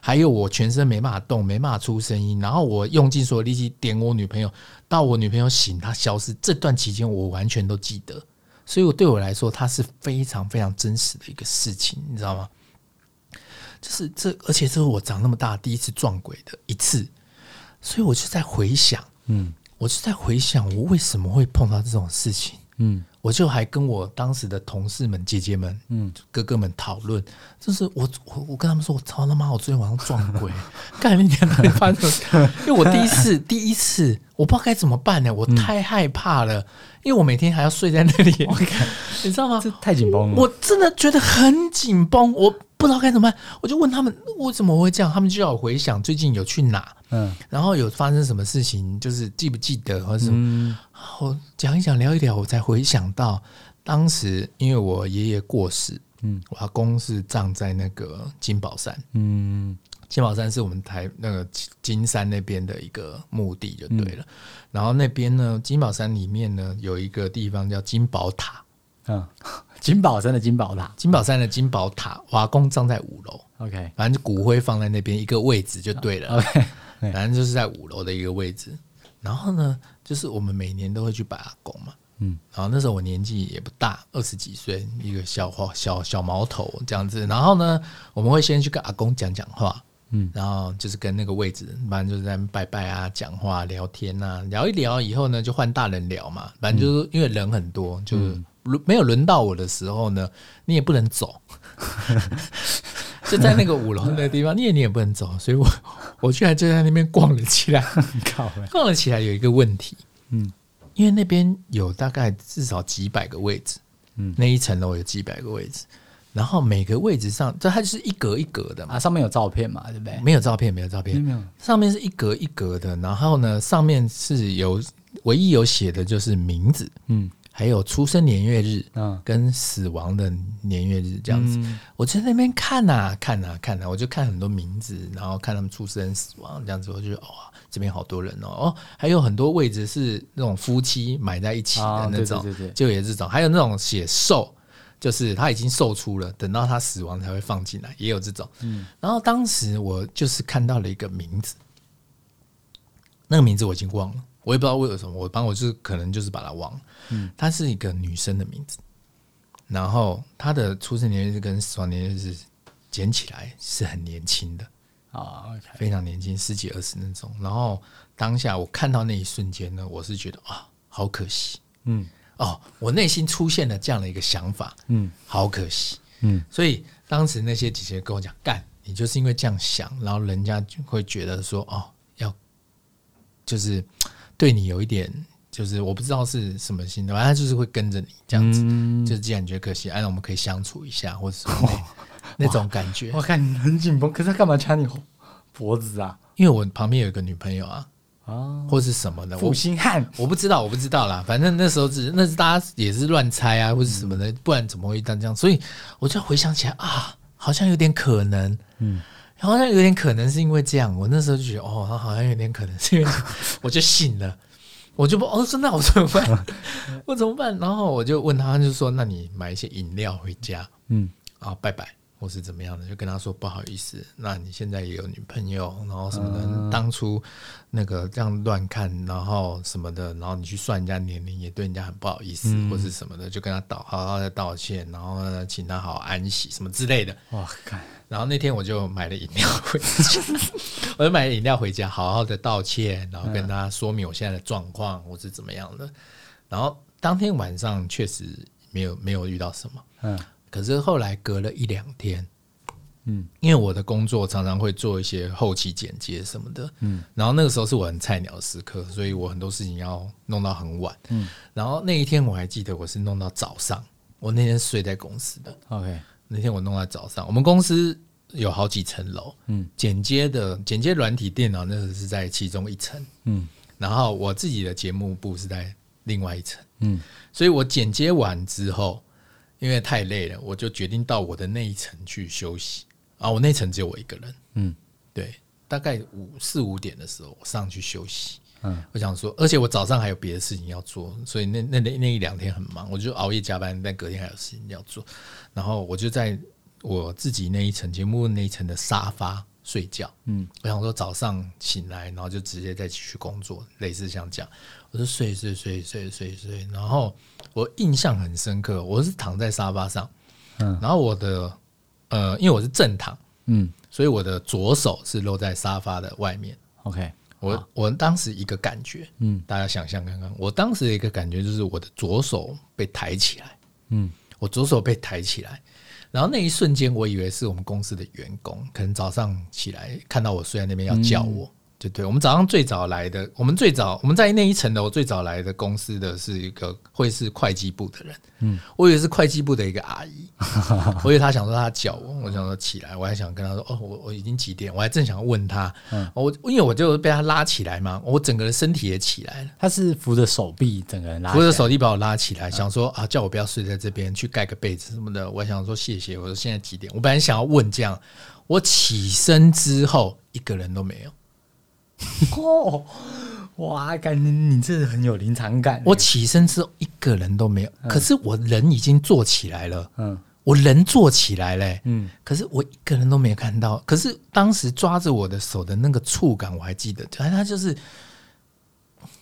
[SPEAKER 1] 还有我全身没办法动，没办法出声音，然后我用尽所有力气点我女朋友，到我女朋友醒她消失这段期间，我完全都记得。所以我对我来说，它是非常非常真实的一个事情，你知道吗？就是这，而且这是我长那么大第一次撞鬼的一次，所以我就在回想，
[SPEAKER 2] 嗯
[SPEAKER 1] 我就在回想我为什么会碰到这种事情，
[SPEAKER 2] 嗯
[SPEAKER 1] 我就还跟我当时的同事们、姐姐们、
[SPEAKER 2] 嗯，
[SPEAKER 1] 哥哥们讨论，就是我我我跟他们说，我操他妈，我昨天晚上撞鬼， 干你娘的，发生什么事，因为我第一次第一次我不知道该怎么办呢，我太害怕了，因为我每天还要睡在那里， 你知道吗？
[SPEAKER 2] 太紧绷了。
[SPEAKER 1] 哦我真的觉得很紧绷，我不知道该怎么办，我就问他们为什么会这样，他们就要我回想最近有去哪，
[SPEAKER 2] 嗯
[SPEAKER 1] 然后有发生什么事情，就是记不记得或者什么。
[SPEAKER 2] 嗯
[SPEAKER 1] 我讲一讲聊一聊，我才回想到当时，因为我爷爷过世，
[SPEAKER 2] 嗯
[SPEAKER 1] 我阿公是葬在那个金宝山，
[SPEAKER 2] 嗯
[SPEAKER 1] 金宝山是我们台那个金山那边的一个墓地就对
[SPEAKER 2] 嗯
[SPEAKER 1] 了。然后那边呢，金宝山里面呢有一个地方叫金宝塔，
[SPEAKER 2] 嗯， 金宝山的金宝塔。
[SPEAKER 1] 金宝山的金宝塔，我阿公葬在五楼，
[SPEAKER 2] OK
[SPEAKER 1] 反正骨灰放在那边一个位置就对了。
[SPEAKER 2] 哦 OK，对
[SPEAKER 1] 反正就是在五楼的一个位置。然后呢，就是我们每年都会去拜阿公嘛。
[SPEAKER 2] 嗯，
[SPEAKER 1] 然后那时候我年纪也不大，二十几岁，一个小花小小毛头这样子。然后呢，我们会先去跟阿公讲讲话，
[SPEAKER 2] 嗯，
[SPEAKER 1] 然后就是跟那个位置，反正就是在那边拜拜啊、讲话、聊天啊，聊一聊以后呢，就换大人聊嘛。反正
[SPEAKER 2] 嗯
[SPEAKER 1] 就是因为人很多，就是轮没有轮到我的时候呢，你也不能走，就在那个五楼那个地方，你也你也不能走，所以我 我居然就在那边逛了起 来。
[SPEAKER 2] 靠北，
[SPEAKER 1] 逛了起来有一个问题，
[SPEAKER 2] 嗯
[SPEAKER 1] 因为那边有大概至少几百个位置，
[SPEAKER 2] 嗯
[SPEAKER 1] 那一层楼有几百个位置，然后每个位置上，这它就是一格一格的嘛，
[SPEAKER 2] 啊，上面有照片嘛，对不对？
[SPEAKER 1] 没有照片，没有照片，
[SPEAKER 2] 没有，
[SPEAKER 1] 上面是一格一格的，然后呢，上面是有唯一有写的就是名字，
[SPEAKER 2] 嗯
[SPEAKER 1] 还有出生年月日
[SPEAKER 2] 嗯
[SPEAKER 1] 跟死亡的年月日这样子。
[SPEAKER 2] 嗯
[SPEAKER 1] 我就在那边看呐、看呐、看呐、啊我就看很多名字，然后看他们出生、死亡这样子，我就觉得哦，这边好多人哦，哦，还有很多位置是那种夫妻买在一起的
[SPEAKER 2] 啊，
[SPEAKER 1] 那
[SPEAKER 2] 对
[SPEAKER 1] 种，
[SPEAKER 2] 对对对，
[SPEAKER 1] 就也是这种，还有那种写寿，就是他已经售出了，等到他死亡才会放进来，也有这种。
[SPEAKER 2] 嗯
[SPEAKER 1] 然后当时我就是看到了一个名字，那个名字我已经忘了，我也不知道为了什么，我帮我就是可能就是把它忘了。
[SPEAKER 2] 嗯
[SPEAKER 1] 她是一个女生的名字，然后她的出生年月日跟死亡年月日捡起来是很年轻的，
[SPEAKER 2] 啊，OK，
[SPEAKER 1] 非常年轻，十几二十那种。然后当下我看到那一瞬间呢，我是觉得啊，好可惜
[SPEAKER 2] 嗯
[SPEAKER 1] 哦，我内心出现了这样的一个想法，
[SPEAKER 2] 嗯
[SPEAKER 1] 好可惜。
[SPEAKER 2] 嗯
[SPEAKER 1] 所以当时那些姐姐跟我讲，干，你就是因为这样想，然后人家就会觉得说，哦，要就是对你有一点，就是我不知道是什么心的，反正他就是会跟着你这样子。
[SPEAKER 2] 嗯，
[SPEAKER 1] 就是既然觉得可惜，哎，那我们可以相处一下，或者什么 那那种感觉。
[SPEAKER 2] 我看你很紧绷，可是他干嘛掐你脖子啊？
[SPEAKER 1] 因为我旁边有一个女朋友啊，
[SPEAKER 2] 啊，
[SPEAKER 1] 或是什么的，我
[SPEAKER 2] 负心汉，
[SPEAKER 1] 我不知道，我不知道啦。反正那时候只是那是大家也是乱猜啊，或者什么的，不然怎么会当这样？所以我就回想起来啊，好像有点可能，
[SPEAKER 2] 嗯
[SPEAKER 1] 好像有点可能是因为这样。我那时候就觉得，哦，好像有点可能是因为，我就信了。我就不哦，真的我怎么办？ 我怎么办？然后我就问他，他就说：“那你买一些饮料回家
[SPEAKER 2] 嗯
[SPEAKER 1] 啊，拜拜，或是怎么样的？”就跟他说：“不好意思，那你现在也有女朋友，然后什么的，
[SPEAKER 2] 嗯
[SPEAKER 1] 当初那个这样乱看，然后什么的，然后你去算人家年龄，也对人家很不好意思，
[SPEAKER 2] 嗯
[SPEAKER 1] 或是什么的，就跟他道好好的道歉，然后呢，请他好好安息什么之类的。”
[SPEAKER 2] 哇，看，
[SPEAKER 1] 然后那天我就买了饮料回家， 我就买了饮料回家，好好的道歉，然后
[SPEAKER 2] 嗯
[SPEAKER 1] 跟他说明我现在的状况，我是怎么样的。然后当天晚上确实没有没有遇到什么，
[SPEAKER 2] 嗯
[SPEAKER 1] 可是后来隔了一两天，
[SPEAKER 2] 嗯
[SPEAKER 1] 因为我的工作常常会做一些后期剪接什么的，
[SPEAKER 2] 嗯
[SPEAKER 1] 然后那个时候是我很菜鸟的时刻，所以我很多事情要弄到很晚。
[SPEAKER 2] 嗯
[SPEAKER 1] 然后那一天我还记得我是弄到早上，我那天睡在公司的，
[SPEAKER 2] ，OK，
[SPEAKER 1] 那天我弄到早上，我们公司有好几层楼，
[SPEAKER 2] 嗯
[SPEAKER 1] 剪接的剪接软体电脑那个是在其中一层，
[SPEAKER 2] 嗯
[SPEAKER 1] 然后我自己的节目部是在另外一层，
[SPEAKER 2] 嗯
[SPEAKER 1] 所以我剪接完之后，因为太累了，我就决定到我的那一层去休息啊。我那层只有我一个人，
[SPEAKER 2] 嗯
[SPEAKER 1] 对，大概五四五点的时候我上去休息。
[SPEAKER 2] 嗯，
[SPEAKER 1] 我想说，而且我早上还有别的事情要做，所以那那那那一两天很忙，我就熬夜加班，但隔天还有事情要做。然后我就在我自己那一层节目那一层的沙发睡觉。
[SPEAKER 2] 嗯，
[SPEAKER 1] 我想说早上醒来，然后就直接再继续工作，类似像这样，我就睡睡睡睡睡睡。然后我印象很深刻，我是躺在沙发上，
[SPEAKER 2] 嗯
[SPEAKER 1] 然后我的呃，因为我是正躺，
[SPEAKER 2] 嗯
[SPEAKER 1] 所以我的左手是露在沙发的外面。
[SPEAKER 2] ，OK，
[SPEAKER 1] 我我当时一个感觉，
[SPEAKER 2] 嗯
[SPEAKER 1] 大家想象看看，我当时的一个感觉就是我的左手被抬起来，
[SPEAKER 2] 嗯
[SPEAKER 1] 我左手被抬起来，然后那一瞬间，我以为是我们公司的员工，可能早上起来看到我睡在那边要叫我，就对我们早上最早来的，我们最早我们在那一层楼最早来的公司的是一个会是会计部的人，嗯，我以为是会计部的一个阿姨，我以为他想说他叫我，我想说起来，我还想跟他说哦，我我已经几点，我还正想问他，嗯，我因为我就被他拉起来嘛，我整个人身体也起来了。
[SPEAKER 2] 他是扶着手臂，整个人拉起
[SPEAKER 1] 扶
[SPEAKER 2] 来，嗯
[SPEAKER 1] 着手机把我拉起来，想说啊，叫我不要睡在这边，去盖个被子什么的。我想说谢谢，我说现在几点？我本来想要问这样，我起身之后一个人都没有。
[SPEAKER 2] 哦，哇，感觉你这很有临场感。
[SPEAKER 1] 我起身之后一个人都没有，可是我人已经坐起来了，
[SPEAKER 2] 嗯
[SPEAKER 1] 我人坐起来嘞，
[SPEAKER 2] 嗯
[SPEAKER 1] 可是我一个人都没有看到。可是当时抓着我的手的那个触感我还记得，哎他他就是，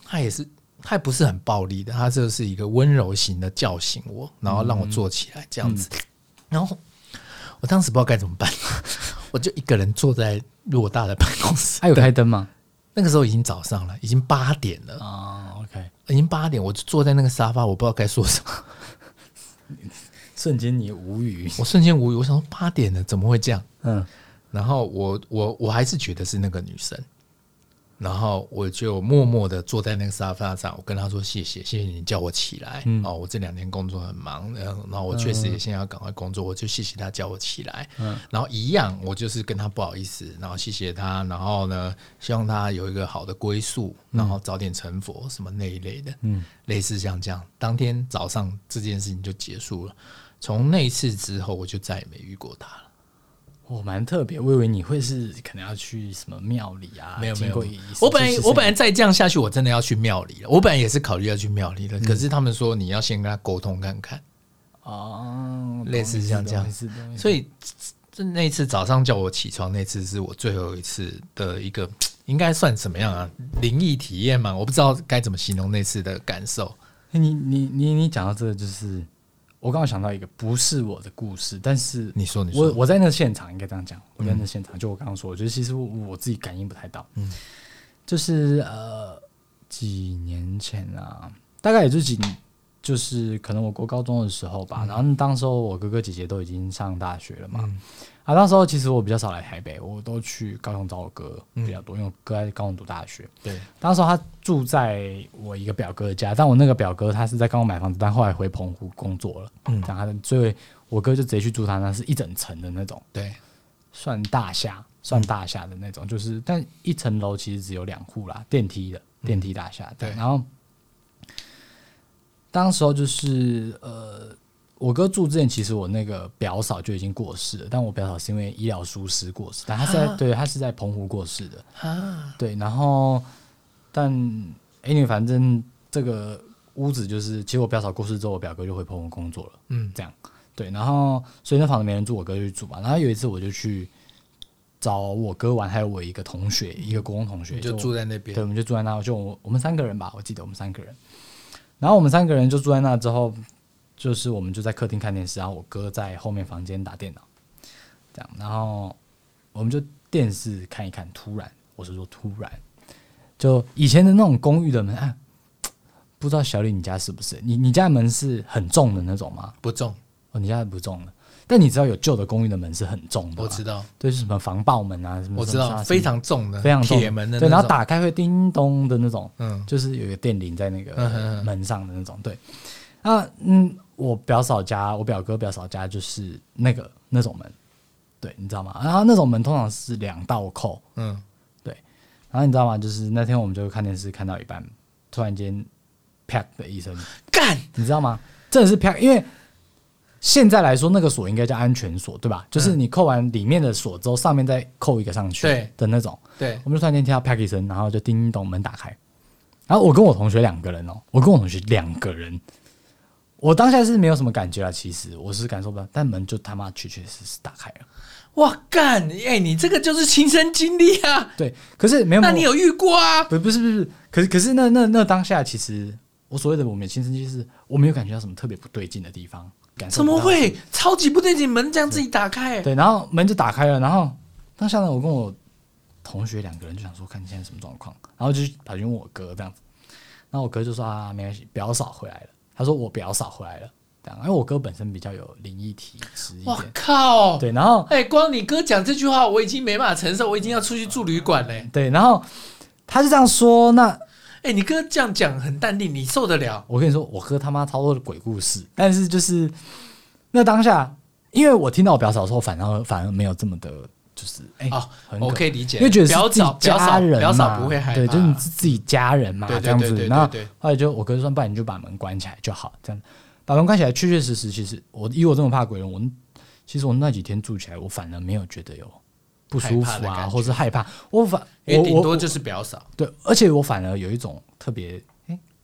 [SPEAKER 1] 他也是。他也不是很暴力的，他就是一个温柔型的叫醒我，然后让我坐起来这样子。然后我当时不知道该怎么办， 我就一个人坐在偌大的办公室。
[SPEAKER 2] 还有开灯吗？
[SPEAKER 1] 那个时候已经早上了，已经八点了，
[SPEAKER 2] 啊，OK，
[SPEAKER 1] 已经八点，我就坐在那个沙发，我不知道该说什么。
[SPEAKER 2] 瞬间你无语。
[SPEAKER 1] 我瞬间无语，我想说八点了怎么会这样？
[SPEAKER 2] 嗯
[SPEAKER 1] 然后我我我还是觉得是那个女生，然后我就默默的坐在那个沙发上，我跟她说谢谢，谢谢你叫我起来、哦，我这两天工作很忙，然后然后我确实也现在要赶快工作，我就谢谢她叫我起来，然后一样我就是跟她不好意思，然后谢谢她，然后呢希望她有一个好的归宿，然后早点成佛什么那一类的，
[SPEAKER 2] 嗯
[SPEAKER 1] 类似像这样，当天早上这件事情就结束了。从那一次之后，我就再也没遇过她了。
[SPEAKER 2] 我蛮特别，我以为你会是可能要去什么庙里啊，
[SPEAKER 1] 没有没
[SPEAKER 2] 经
[SPEAKER 1] 有
[SPEAKER 2] 过仪式。，
[SPEAKER 1] 我本来
[SPEAKER 2] 这是
[SPEAKER 1] 我本来再这样下去，我真的要去庙里了。我本来也是考虑要去庙
[SPEAKER 2] 嗯
[SPEAKER 1] 里的，可是他们说你要先跟他沟通看看，
[SPEAKER 2] 哦，
[SPEAKER 1] 类似像这样
[SPEAKER 2] 子的，
[SPEAKER 1] 所以这那一次早上叫我起床那次是我最后一次的一个，应该算什么样啊？灵异体验嘛，我不知道该怎么形容那次的感受。
[SPEAKER 2] 哎你你你你讲到这个，就是我刚刚想到一个不是我的故事，但是
[SPEAKER 1] 你说，你
[SPEAKER 2] 我
[SPEAKER 1] 说，
[SPEAKER 2] 我在那现场应该这样讲，我在那现场，就我刚刚说，我觉得其实我我自己感应不太到，
[SPEAKER 1] 嗯
[SPEAKER 2] 就是呃几年前啊，大概也就几，就是可能我国高中的时候吧，
[SPEAKER 1] 嗯
[SPEAKER 2] 然后当时候我哥哥姐姐都已经上大学了嘛，啊，那时候其实我比较少来台北，我都去高雄找我哥比
[SPEAKER 1] 嗯
[SPEAKER 2] 较多，因为我哥在高雄读大学，
[SPEAKER 1] 对，
[SPEAKER 2] 当时候他住在我一个表哥的家，但我那个表哥他是在刚刚买房子，但后来回澎湖工作了，
[SPEAKER 1] 嗯
[SPEAKER 2] 嗯，然后他的所以我哥就直接去住他那，是一整层的那种，
[SPEAKER 1] 对，
[SPEAKER 2] 算大厦，算大厦的那种，就是但一层楼其实只有两户啦，电梯的电梯大厦、
[SPEAKER 1] 对
[SPEAKER 2] 然后当时候就是呃，我哥住之前，其实我那个表嫂就已经过世了，但我表嫂是因为医疗疏失过世，但她是在、对她是在澎湖过世的。
[SPEAKER 1] 啊，
[SPEAKER 2] 对，然后但 anyway，反正这个屋子就是，其实我表嫂过世之后，我表哥就回澎湖工作了，
[SPEAKER 1] 嗯
[SPEAKER 2] 这样对，然后所以那房子没人住，我哥就去住嘛。然后有一次我就去找我哥玩，还有我一个同学，一个国中同学，
[SPEAKER 1] 你就
[SPEAKER 2] 我
[SPEAKER 1] 住在那
[SPEAKER 2] 对，
[SPEAKER 1] 边，
[SPEAKER 2] 我们就住在那，就我我们三个人吧，我记得我们三个人。然后我们三个人就住在那之后，就是我们就在客厅看电视，然后我哥在后面房间打电脑，这样，然后我们就电视看一看，突然，我是说突然，就以前的那种公寓的门，啊、不知道小李你家是不是？你你家的门是很重的那种吗？
[SPEAKER 1] 不重，
[SPEAKER 2] 哦，你家的不重的，但你知道有旧的公寓的门是很重的，
[SPEAKER 1] 我知，道，
[SPEAKER 2] 对，就是什么防爆门啊，什么
[SPEAKER 1] 我知
[SPEAKER 2] 什么
[SPEAKER 1] 道，
[SPEAKER 2] 啥
[SPEAKER 1] 非常重的，
[SPEAKER 2] 非常重
[SPEAKER 1] 铁门的，
[SPEAKER 2] 对，然后，打开会叮咚的那种，
[SPEAKER 1] 嗯
[SPEAKER 2] 就是有一个电铃在那
[SPEAKER 1] 嗯嗯
[SPEAKER 2] 个
[SPEAKER 1] 嗯
[SPEAKER 2] 门上的那种。对，那嗯，我表嫂家，我表哥表嫂家就是那个那种门，对，你知道吗？然后那种门通常是两道扣，
[SPEAKER 1] 嗯，
[SPEAKER 2] 对。然后你知道吗？就是那天我们就看电视看到一半，突然间啪的一声，
[SPEAKER 1] 干，
[SPEAKER 2] 你知道吗？真的是啪，因为现在来说，那个锁应该叫安全锁，对吧？就是你扣完里面的锁之后，上面再扣一个上
[SPEAKER 1] 嗯
[SPEAKER 2] 去
[SPEAKER 1] 对
[SPEAKER 2] 的那种。
[SPEAKER 1] 对，
[SPEAKER 2] 我们就突然间听到啪一声，然后就叮叮咚门打开，然后我跟我同学两个人哦、我跟我同学两个人，我当下是没有什么感觉啊，其实我是感受不到，但门就他妈确确实实打开了。
[SPEAKER 1] 哇干，哎、你这个就是亲身经历啊，
[SPEAKER 2] 对，可是没有，
[SPEAKER 1] 那你有遇过啊？
[SPEAKER 2] 不不是不是，可是可是那那那当下其实我所谓的我们的亲身经历是，我没有感觉到什么特别不对劲的地方，感受
[SPEAKER 1] 怎
[SPEAKER 2] 不到
[SPEAKER 1] 么会？超级不对劲，门这样自己打开、
[SPEAKER 2] 对，然后门就打开了，然后当下呢，我跟我同学两个人就想说，看现在什么状况，然后就跑去问我哥这样子，然后我哥就说啊，没关系，表嫂回来了，他说我表嫂回来了，这样，因为哎我哥本身比较有灵异体质一
[SPEAKER 1] 我
[SPEAKER 2] 点，
[SPEAKER 1] 靠！
[SPEAKER 2] 对，然后
[SPEAKER 1] 哎、光你哥讲这句话，我已经没办法承受，我已经要出去住旅馆嘞、
[SPEAKER 2] 对，然后他就这样说，那
[SPEAKER 1] 哎、你哥这样讲很淡定，你受得了？
[SPEAKER 2] 我跟你说，我哥他妈超多的鬼故事，但是就是那当下，因为我听到我表嫂的时候，反而反而没有这么的，就是哎、
[SPEAKER 1] 哦，
[SPEAKER 2] 很
[SPEAKER 1] 我
[SPEAKER 2] 可
[SPEAKER 1] 可以理解，
[SPEAKER 2] 因为觉得是
[SPEAKER 1] 表
[SPEAKER 2] 自己
[SPEAKER 1] 嫂表
[SPEAKER 2] 家
[SPEAKER 1] 嫂
[SPEAKER 2] 人
[SPEAKER 1] 表嫂
[SPEAKER 2] 嘛，
[SPEAKER 1] 不会害怕，
[SPEAKER 2] 对，就是你自自己家人嘛，
[SPEAKER 1] 对对
[SPEAKER 2] 这样
[SPEAKER 1] 对
[SPEAKER 2] 子
[SPEAKER 1] 对。
[SPEAKER 2] 然后
[SPEAKER 1] 对对
[SPEAKER 2] 后来就我哥就说，不然你就把门关起来就好，这样把门关起来，确确实实，其实我以我这么怕鬼人，我其实我那几天住起来，我反而没有觉得有不舒
[SPEAKER 1] 害怕
[SPEAKER 2] 服
[SPEAKER 1] 的感
[SPEAKER 2] 啊，
[SPEAKER 1] 觉
[SPEAKER 2] 或是害怕，我反
[SPEAKER 1] 因
[SPEAKER 2] 我
[SPEAKER 1] 为顶
[SPEAKER 2] 我
[SPEAKER 1] 多
[SPEAKER 2] 我
[SPEAKER 1] 就是表嫂
[SPEAKER 2] 对，而且我反而有一种特别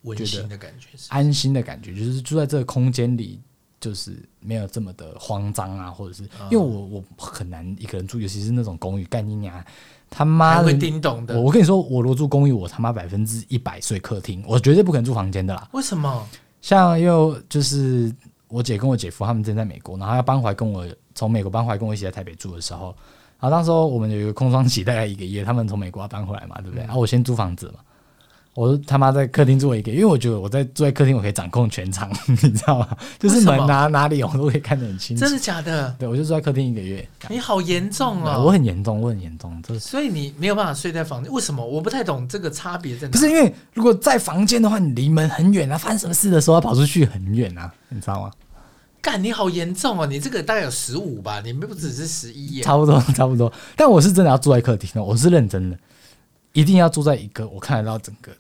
[SPEAKER 1] 温
[SPEAKER 2] 觉得哎
[SPEAKER 1] 馨的感觉是。
[SPEAKER 2] 安心的感觉，就是住在这个空间里，就是没有这么的慌张啊，或者是
[SPEAKER 1] 嗯
[SPEAKER 2] 因为我我很难一个人住，尤其是那种公寓，干你娘！他妈
[SPEAKER 1] 还会
[SPEAKER 2] 的，
[SPEAKER 1] 叮咚的
[SPEAKER 2] 我。我跟你说，我如果住公寓，我他妈百分之一百睡客厅，我绝对不可能住房间的啦。
[SPEAKER 1] 为什么？
[SPEAKER 2] 像又就是我姐跟我姐夫他们之前在美国，然后要搬回来跟我从美国搬回来跟我一起在台北住的时候，然后当时候我们有一个空窗期，大概一个月，他们从美国要搬回来嘛，对
[SPEAKER 1] 嗯
[SPEAKER 2] 不对？然啊后、我先租房子嘛，我他妈在客厅住了一个月，因为我觉得我在住在客厅，我可以掌控全场， 你知道吗？就是
[SPEAKER 1] 为什么
[SPEAKER 2] 门啊哪里我都可以看得很清楚
[SPEAKER 1] 真。的假的？
[SPEAKER 2] 对，我就住在客厅一个月，
[SPEAKER 1] 你好严重
[SPEAKER 2] 我
[SPEAKER 1] 哦！
[SPEAKER 2] 很严重，我很严重，这是。
[SPEAKER 1] 所以你没有办法睡在房间，为什么？我不太懂这个差别在哪。
[SPEAKER 2] 不是因为如果在房间的话，你离门很远啊，发生什么事的时候要跑出去很远啊，你知道吗？
[SPEAKER 1] 干，你好严重哦！你这个大概有十五吧，你们不只是十一耶。
[SPEAKER 2] 差不多， 差不多。但我是真的要住在客厅的，我是认真的，一定要住在一个我看得到整个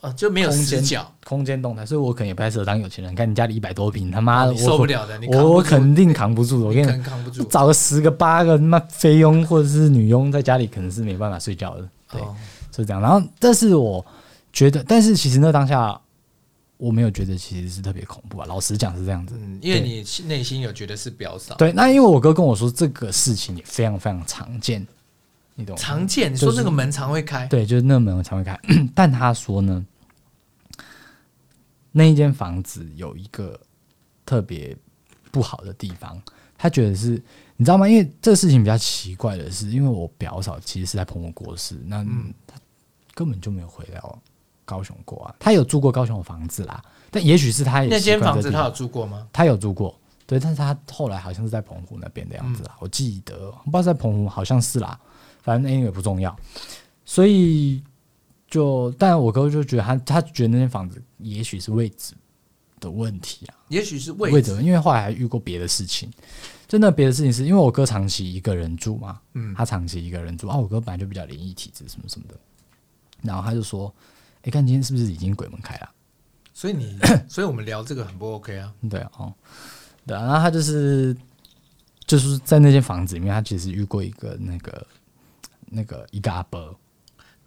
[SPEAKER 1] 哦，就没有
[SPEAKER 2] 空
[SPEAKER 1] 死
[SPEAKER 2] 间
[SPEAKER 1] 角，
[SPEAKER 2] 空间动态，所以我可能也不太适合当有钱人。看你家里一百多平，他妈
[SPEAKER 1] 啊
[SPEAKER 2] 的
[SPEAKER 1] 你
[SPEAKER 2] 啊我
[SPEAKER 1] 受不了的，你扛不
[SPEAKER 2] 我我
[SPEAKER 1] 住
[SPEAKER 2] 肯定扛不住的。我跟
[SPEAKER 1] 你
[SPEAKER 2] 你
[SPEAKER 1] 可
[SPEAKER 2] 讲
[SPEAKER 1] 能扛不住。
[SPEAKER 2] 找个十个八个他妈菲佣或者是女佣在家里，可能是没办法睡觉的。对，
[SPEAKER 1] 哦
[SPEAKER 2] 就这样。然后，但是我觉得，但是其实那当下我没有觉得其实是特别恐怖啊。老实讲是这样子。
[SPEAKER 1] 嗯，因为
[SPEAKER 2] 对
[SPEAKER 1] 你心内心有觉得是表嫂，
[SPEAKER 2] 对，那因为我哥跟我说这个事情也非常非常常见，你懂吗？
[SPEAKER 1] 常见，你
[SPEAKER 2] 就
[SPEAKER 1] 说
[SPEAKER 2] 是
[SPEAKER 1] 那个门常会开，
[SPEAKER 2] 对，就是那门我才会开。 但他说呢，那一间房子有一个特别不好的地方，他觉得是，你知道吗？因为这个事情比较奇怪的是，因为我表嫂其实是在澎湖过世，那
[SPEAKER 1] 嗯
[SPEAKER 2] 她根本就没有回到高雄过啊。她有住过高雄的房子啦，但也许是她也
[SPEAKER 1] 那
[SPEAKER 2] 习
[SPEAKER 1] 间
[SPEAKER 2] 惯
[SPEAKER 1] 房
[SPEAKER 2] 这
[SPEAKER 1] 子
[SPEAKER 2] 地
[SPEAKER 1] 他
[SPEAKER 2] 方
[SPEAKER 1] 有住过吗？
[SPEAKER 2] 他有住过，对，但是他后来好像是在澎湖那边的样子
[SPEAKER 1] 嗯
[SPEAKER 2] 啊啦，我记得，不知道在澎湖好像是啦，反正 anyway 不重要，所以就，但我哥就觉得他他觉得那间房子也许是位置的问题啊，
[SPEAKER 1] 也许是
[SPEAKER 2] 位
[SPEAKER 1] 位置，
[SPEAKER 2] 置，因为后来还遇过别的事情，真的别的事情是因为我哥长期一个人住嘛，
[SPEAKER 1] 嗯
[SPEAKER 2] 他长期一个人住，啊，我哥本来就比较灵异体质什么什么的，然后他就说，哎、看今天是不是已经鬼门开了？
[SPEAKER 1] 所以 你，所以我们聊这个很不 OK 啊。
[SPEAKER 2] 对哦，对啊，然后他就是就是在那间房子里面，他其实遇过一个那个那个一个阿伯，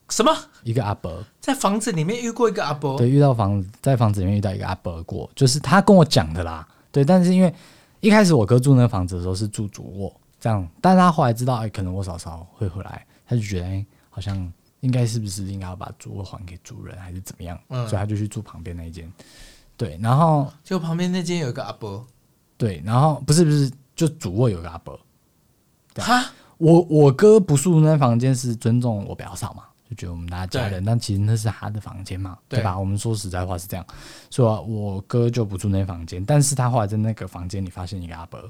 [SPEAKER 1] 什么？
[SPEAKER 2] 一个阿伯，
[SPEAKER 1] 在房子里面遇过一个阿伯？
[SPEAKER 2] 对，遇到房子在房子里面遇到一个阿伯过，就是他跟我讲的啦，对，但是因为一开始我哥住那房子的时候是住主卧这样，但他后来知道，哎，可能我嫂嫂会回来，他就觉得，哎，好像应该是不是应该要把主卧还给主人，还是怎么样，
[SPEAKER 1] 嗯
[SPEAKER 2] 所以他就去住旁边那一间，对，然后
[SPEAKER 1] 就旁边那间有一个阿伯，
[SPEAKER 2] 对，然后不是不是，就主卧有个阿伯。对
[SPEAKER 1] 哈，
[SPEAKER 2] 我我哥不住那房间是尊重我表嫂嘛，就觉得我们大家家人，但其实那是他的房间嘛，
[SPEAKER 1] 对
[SPEAKER 2] 对吧？我们说实在话是这样，所以啊、我哥就不住那房间，但是他后来在那个房间里发现一个阿伯，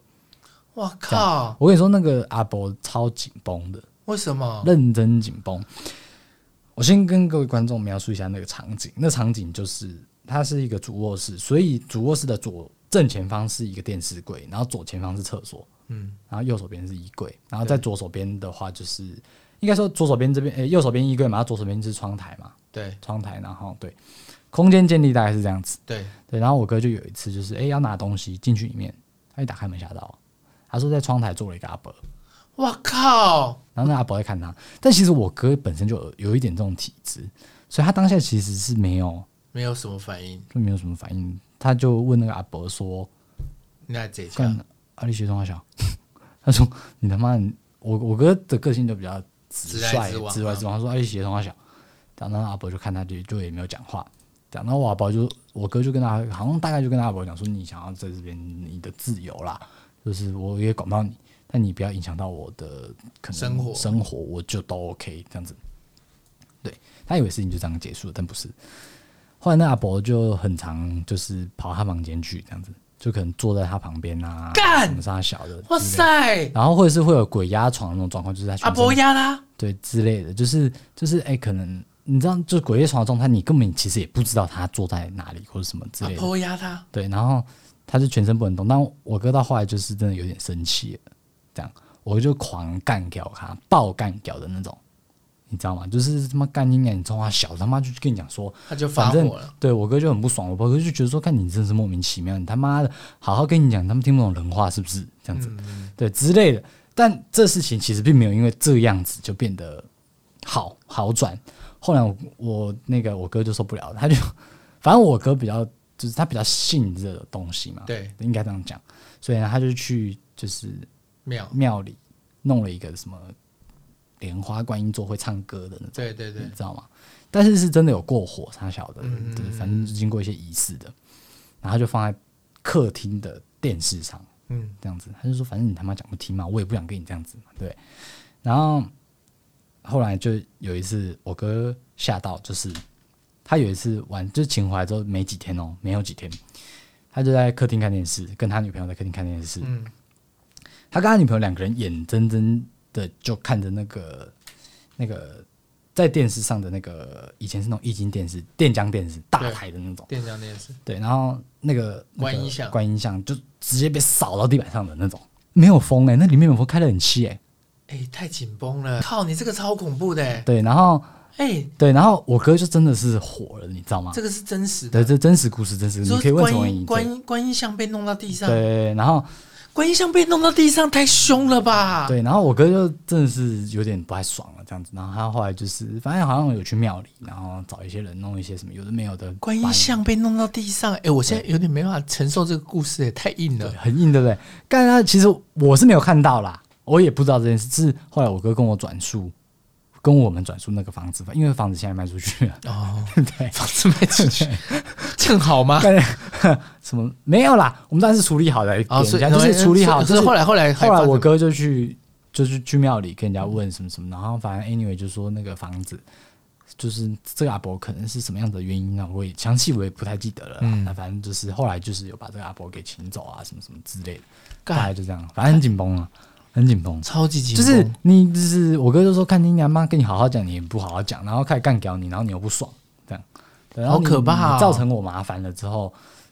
[SPEAKER 1] 我靠，
[SPEAKER 2] 我跟你说那个阿伯超紧绷的，
[SPEAKER 1] 为什么？
[SPEAKER 2] 认真紧绷。我先跟各位观众描述一下那个场景，那场景就是它是一个主卧室，所以主卧室的左正前方是一个电视柜，然后左前方是厕所，
[SPEAKER 1] 嗯，
[SPEAKER 2] 然后右手边是衣柜，然后在左手边的话就是，应该说左手边这边，诶、右手边衣柜嘛，然后左手边就是窗台嘛，
[SPEAKER 1] 对
[SPEAKER 2] 窗台，然后对，空间建立大概是这样子，
[SPEAKER 1] 对，
[SPEAKER 2] 对，然后我哥就有一次就是，诶、要拿东西进去里面，他一打开门吓到，他说在窗台坐了一个阿伯，
[SPEAKER 1] 我靠！
[SPEAKER 2] 然后那阿伯在看他。但其实我哥本身就有有一点这种体质，所以他当下其实是没有
[SPEAKER 1] 没有什么反应，
[SPEAKER 2] 就没有什么反应，他就问那个阿伯说
[SPEAKER 1] 那这：“下
[SPEAKER 2] 干阿里学中华小？” 他说：“你他妈你，我我哥的个性就比较直
[SPEAKER 1] 直来
[SPEAKER 2] 率
[SPEAKER 1] 直往，啊
[SPEAKER 2] 直来直往。”他说：“阿里学中华小。”然后那阿伯就看他就就也没有讲话。这样然后我阿伯就我哥就跟他好像大概就跟他阿伯讲说：“你想要在这边你的自由啦，就是我也管不到你，但你不要影响到我的可能
[SPEAKER 1] 生活
[SPEAKER 2] 生活我就都 OK 这样子。”对他以为事情就这样结束了，但不是。后来那阿伯就很常就是跑他房间去，这样子就可能坐在他旁边啊，
[SPEAKER 1] 干
[SPEAKER 2] 什么啥小的，
[SPEAKER 1] 哇塞，啊
[SPEAKER 2] 然后或者是会有鬼压床的那种状况，就是他全
[SPEAKER 1] 阿
[SPEAKER 2] 身
[SPEAKER 1] 伯压啦，
[SPEAKER 2] 对之类的，就是就是哎、可能你知道，就是鬼夜床的状态，你根本其实也不知道他坐在哪里或者什么之
[SPEAKER 1] 阿
[SPEAKER 2] 类的。
[SPEAKER 1] 伯压他，
[SPEAKER 2] 对，然后他就全身不能动，但我哥到后来就是真的有点生气了，这样我就狂干掉他，爆干掉的那种，你知道吗？就是他妈干你娘，你中华小他妈就跟你讲说，
[SPEAKER 1] 他就发
[SPEAKER 2] 反正
[SPEAKER 1] 火了。
[SPEAKER 2] 对我哥就很不爽，我哥就觉得说，看你真的是莫名其妙，你他妈的好好跟你讲，他们听不懂人话是不是？这样子，对之类的。但这事情其实并没有因为这样子就变得好好转。后来我我那个我哥就受不了了，他就 反正我哥比较就是他比较信这个东西嘛，
[SPEAKER 1] 对，
[SPEAKER 2] 应该这样讲，所以呢他就去就是
[SPEAKER 1] 妙，
[SPEAKER 2] 庙里弄了一个什么莲花观音座会唱歌的那种。
[SPEAKER 1] 对对对
[SPEAKER 2] 你，知道吗？但是是真的有过火，他晓得，
[SPEAKER 1] 嗯
[SPEAKER 2] 对，反正就经过一些仪式的，然后就放在客厅的电视上，
[SPEAKER 1] 嗯，
[SPEAKER 2] 这样子，他就说反正你他妈讲不听嘛，我也不想跟你这样子嘛，对。然后后来就有一次，我哥吓到，就是他有一次玩，就是请回来之后没几天哦，没有几天，他就在客厅看电视，跟他女朋友在客厅看电视，
[SPEAKER 1] 嗯
[SPEAKER 2] 他跟他女朋友两个人眼睁睁的就看着那个那个在电视上的那个以前是那种液晶电视、电浆电视大台的那种，
[SPEAKER 1] 电浆电视，
[SPEAKER 2] 对，然后那个那个
[SPEAKER 1] 观音像
[SPEAKER 2] 观音像就直接被扫到地板上的那种，没有风哎、那里面有风，开冷气哎、
[SPEAKER 1] 哎，太紧绷了，靠，你这个超恐怖的欸，
[SPEAKER 2] 对，然后
[SPEAKER 1] 哎，
[SPEAKER 2] 对，然后我哥就真的是火了，你知道吗
[SPEAKER 1] 这？个是真实
[SPEAKER 2] 对，
[SPEAKER 1] 的。
[SPEAKER 2] 这真实故事，真实，
[SPEAKER 1] 你
[SPEAKER 2] 你
[SPEAKER 1] 说
[SPEAKER 2] 可以问
[SPEAKER 1] 观
[SPEAKER 2] 陈文
[SPEAKER 1] 音
[SPEAKER 2] 怡。
[SPEAKER 1] 观
[SPEAKER 2] 对
[SPEAKER 1] 音观音像被弄到地上
[SPEAKER 2] 对，对，对然后
[SPEAKER 1] 观音像被弄到地上太凶了吧？
[SPEAKER 2] 对，然后我哥就真的是有点不太爽了，这样子。然后他后来就是，反正好像有去庙里，然后找一些人弄一些什么有的没有的
[SPEAKER 1] 观音
[SPEAKER 2] 摆
[SPEAKER 1] 像被弄到地上，哎、我现在有点没办法承受这个故事，也哎太硬
[SPEAKER 2] 对
[SPEAKER 1] 了。
[SPEAKER 2] 很硬，对不对？但他其实我是没有看到啦，我也不知道这件事。是后来我哥跟我转述，跟我们转述那个房子，因为房子现在卖出去了，
[SPEAKER 1] 哦，
[SPEAKER 2] 对，
[SPEAKER 1] 房子卖出 去，正好吗？
[SPEAKER 2] 什么没有啦，我们当然是处理好的，
[SPEAKER 1] 哦，
[SPEAKER 2] 给
[SPEAKER 1] 所
[SPEAKER 2] 人
[SPEAKER 1] 以
[SPEAKER 2] 家就是处理好，
[SPEAKER 1] 所
[SPEAKER 2] 就
[SPEAKER 1] 以
[SPEAKER 2] 是
[SPEAKER 1] 所以后来后来还
[SPEAKER 2] 后来我
[SPEAKER 1] 发生
[SPEAKER 2] 哥就去就是去庙里跟人家问什么什么，然后反正 anyway 就说那个房子就是这个阿伯可能是什么样的原因啊，我也详细我也不太记得了啦。
[SPEAKER 1] 嗯
[SPEAKER 2] 那反正就是后来就是有把这个阿伯给请走啊，什么什么之类的，
[SPEAKER 1] 干
[SPEAKER 2] 大概就这样，反正很紧绷啊，很紧绷。
[SPEAKER 1] 超级紧
[SPEAKER 2] 就
[SPEAKER 1] 绷，
[SPEAKER 2] 是你就是我哥就说看你娘妈跟你好好讲，你也不好好讲，然后开始干屌你，然后你又不爽，这样，对然后你
[SPEAKER 1] 好可怕哦
[SPEAKER 2] 你造成我麻烦了之后，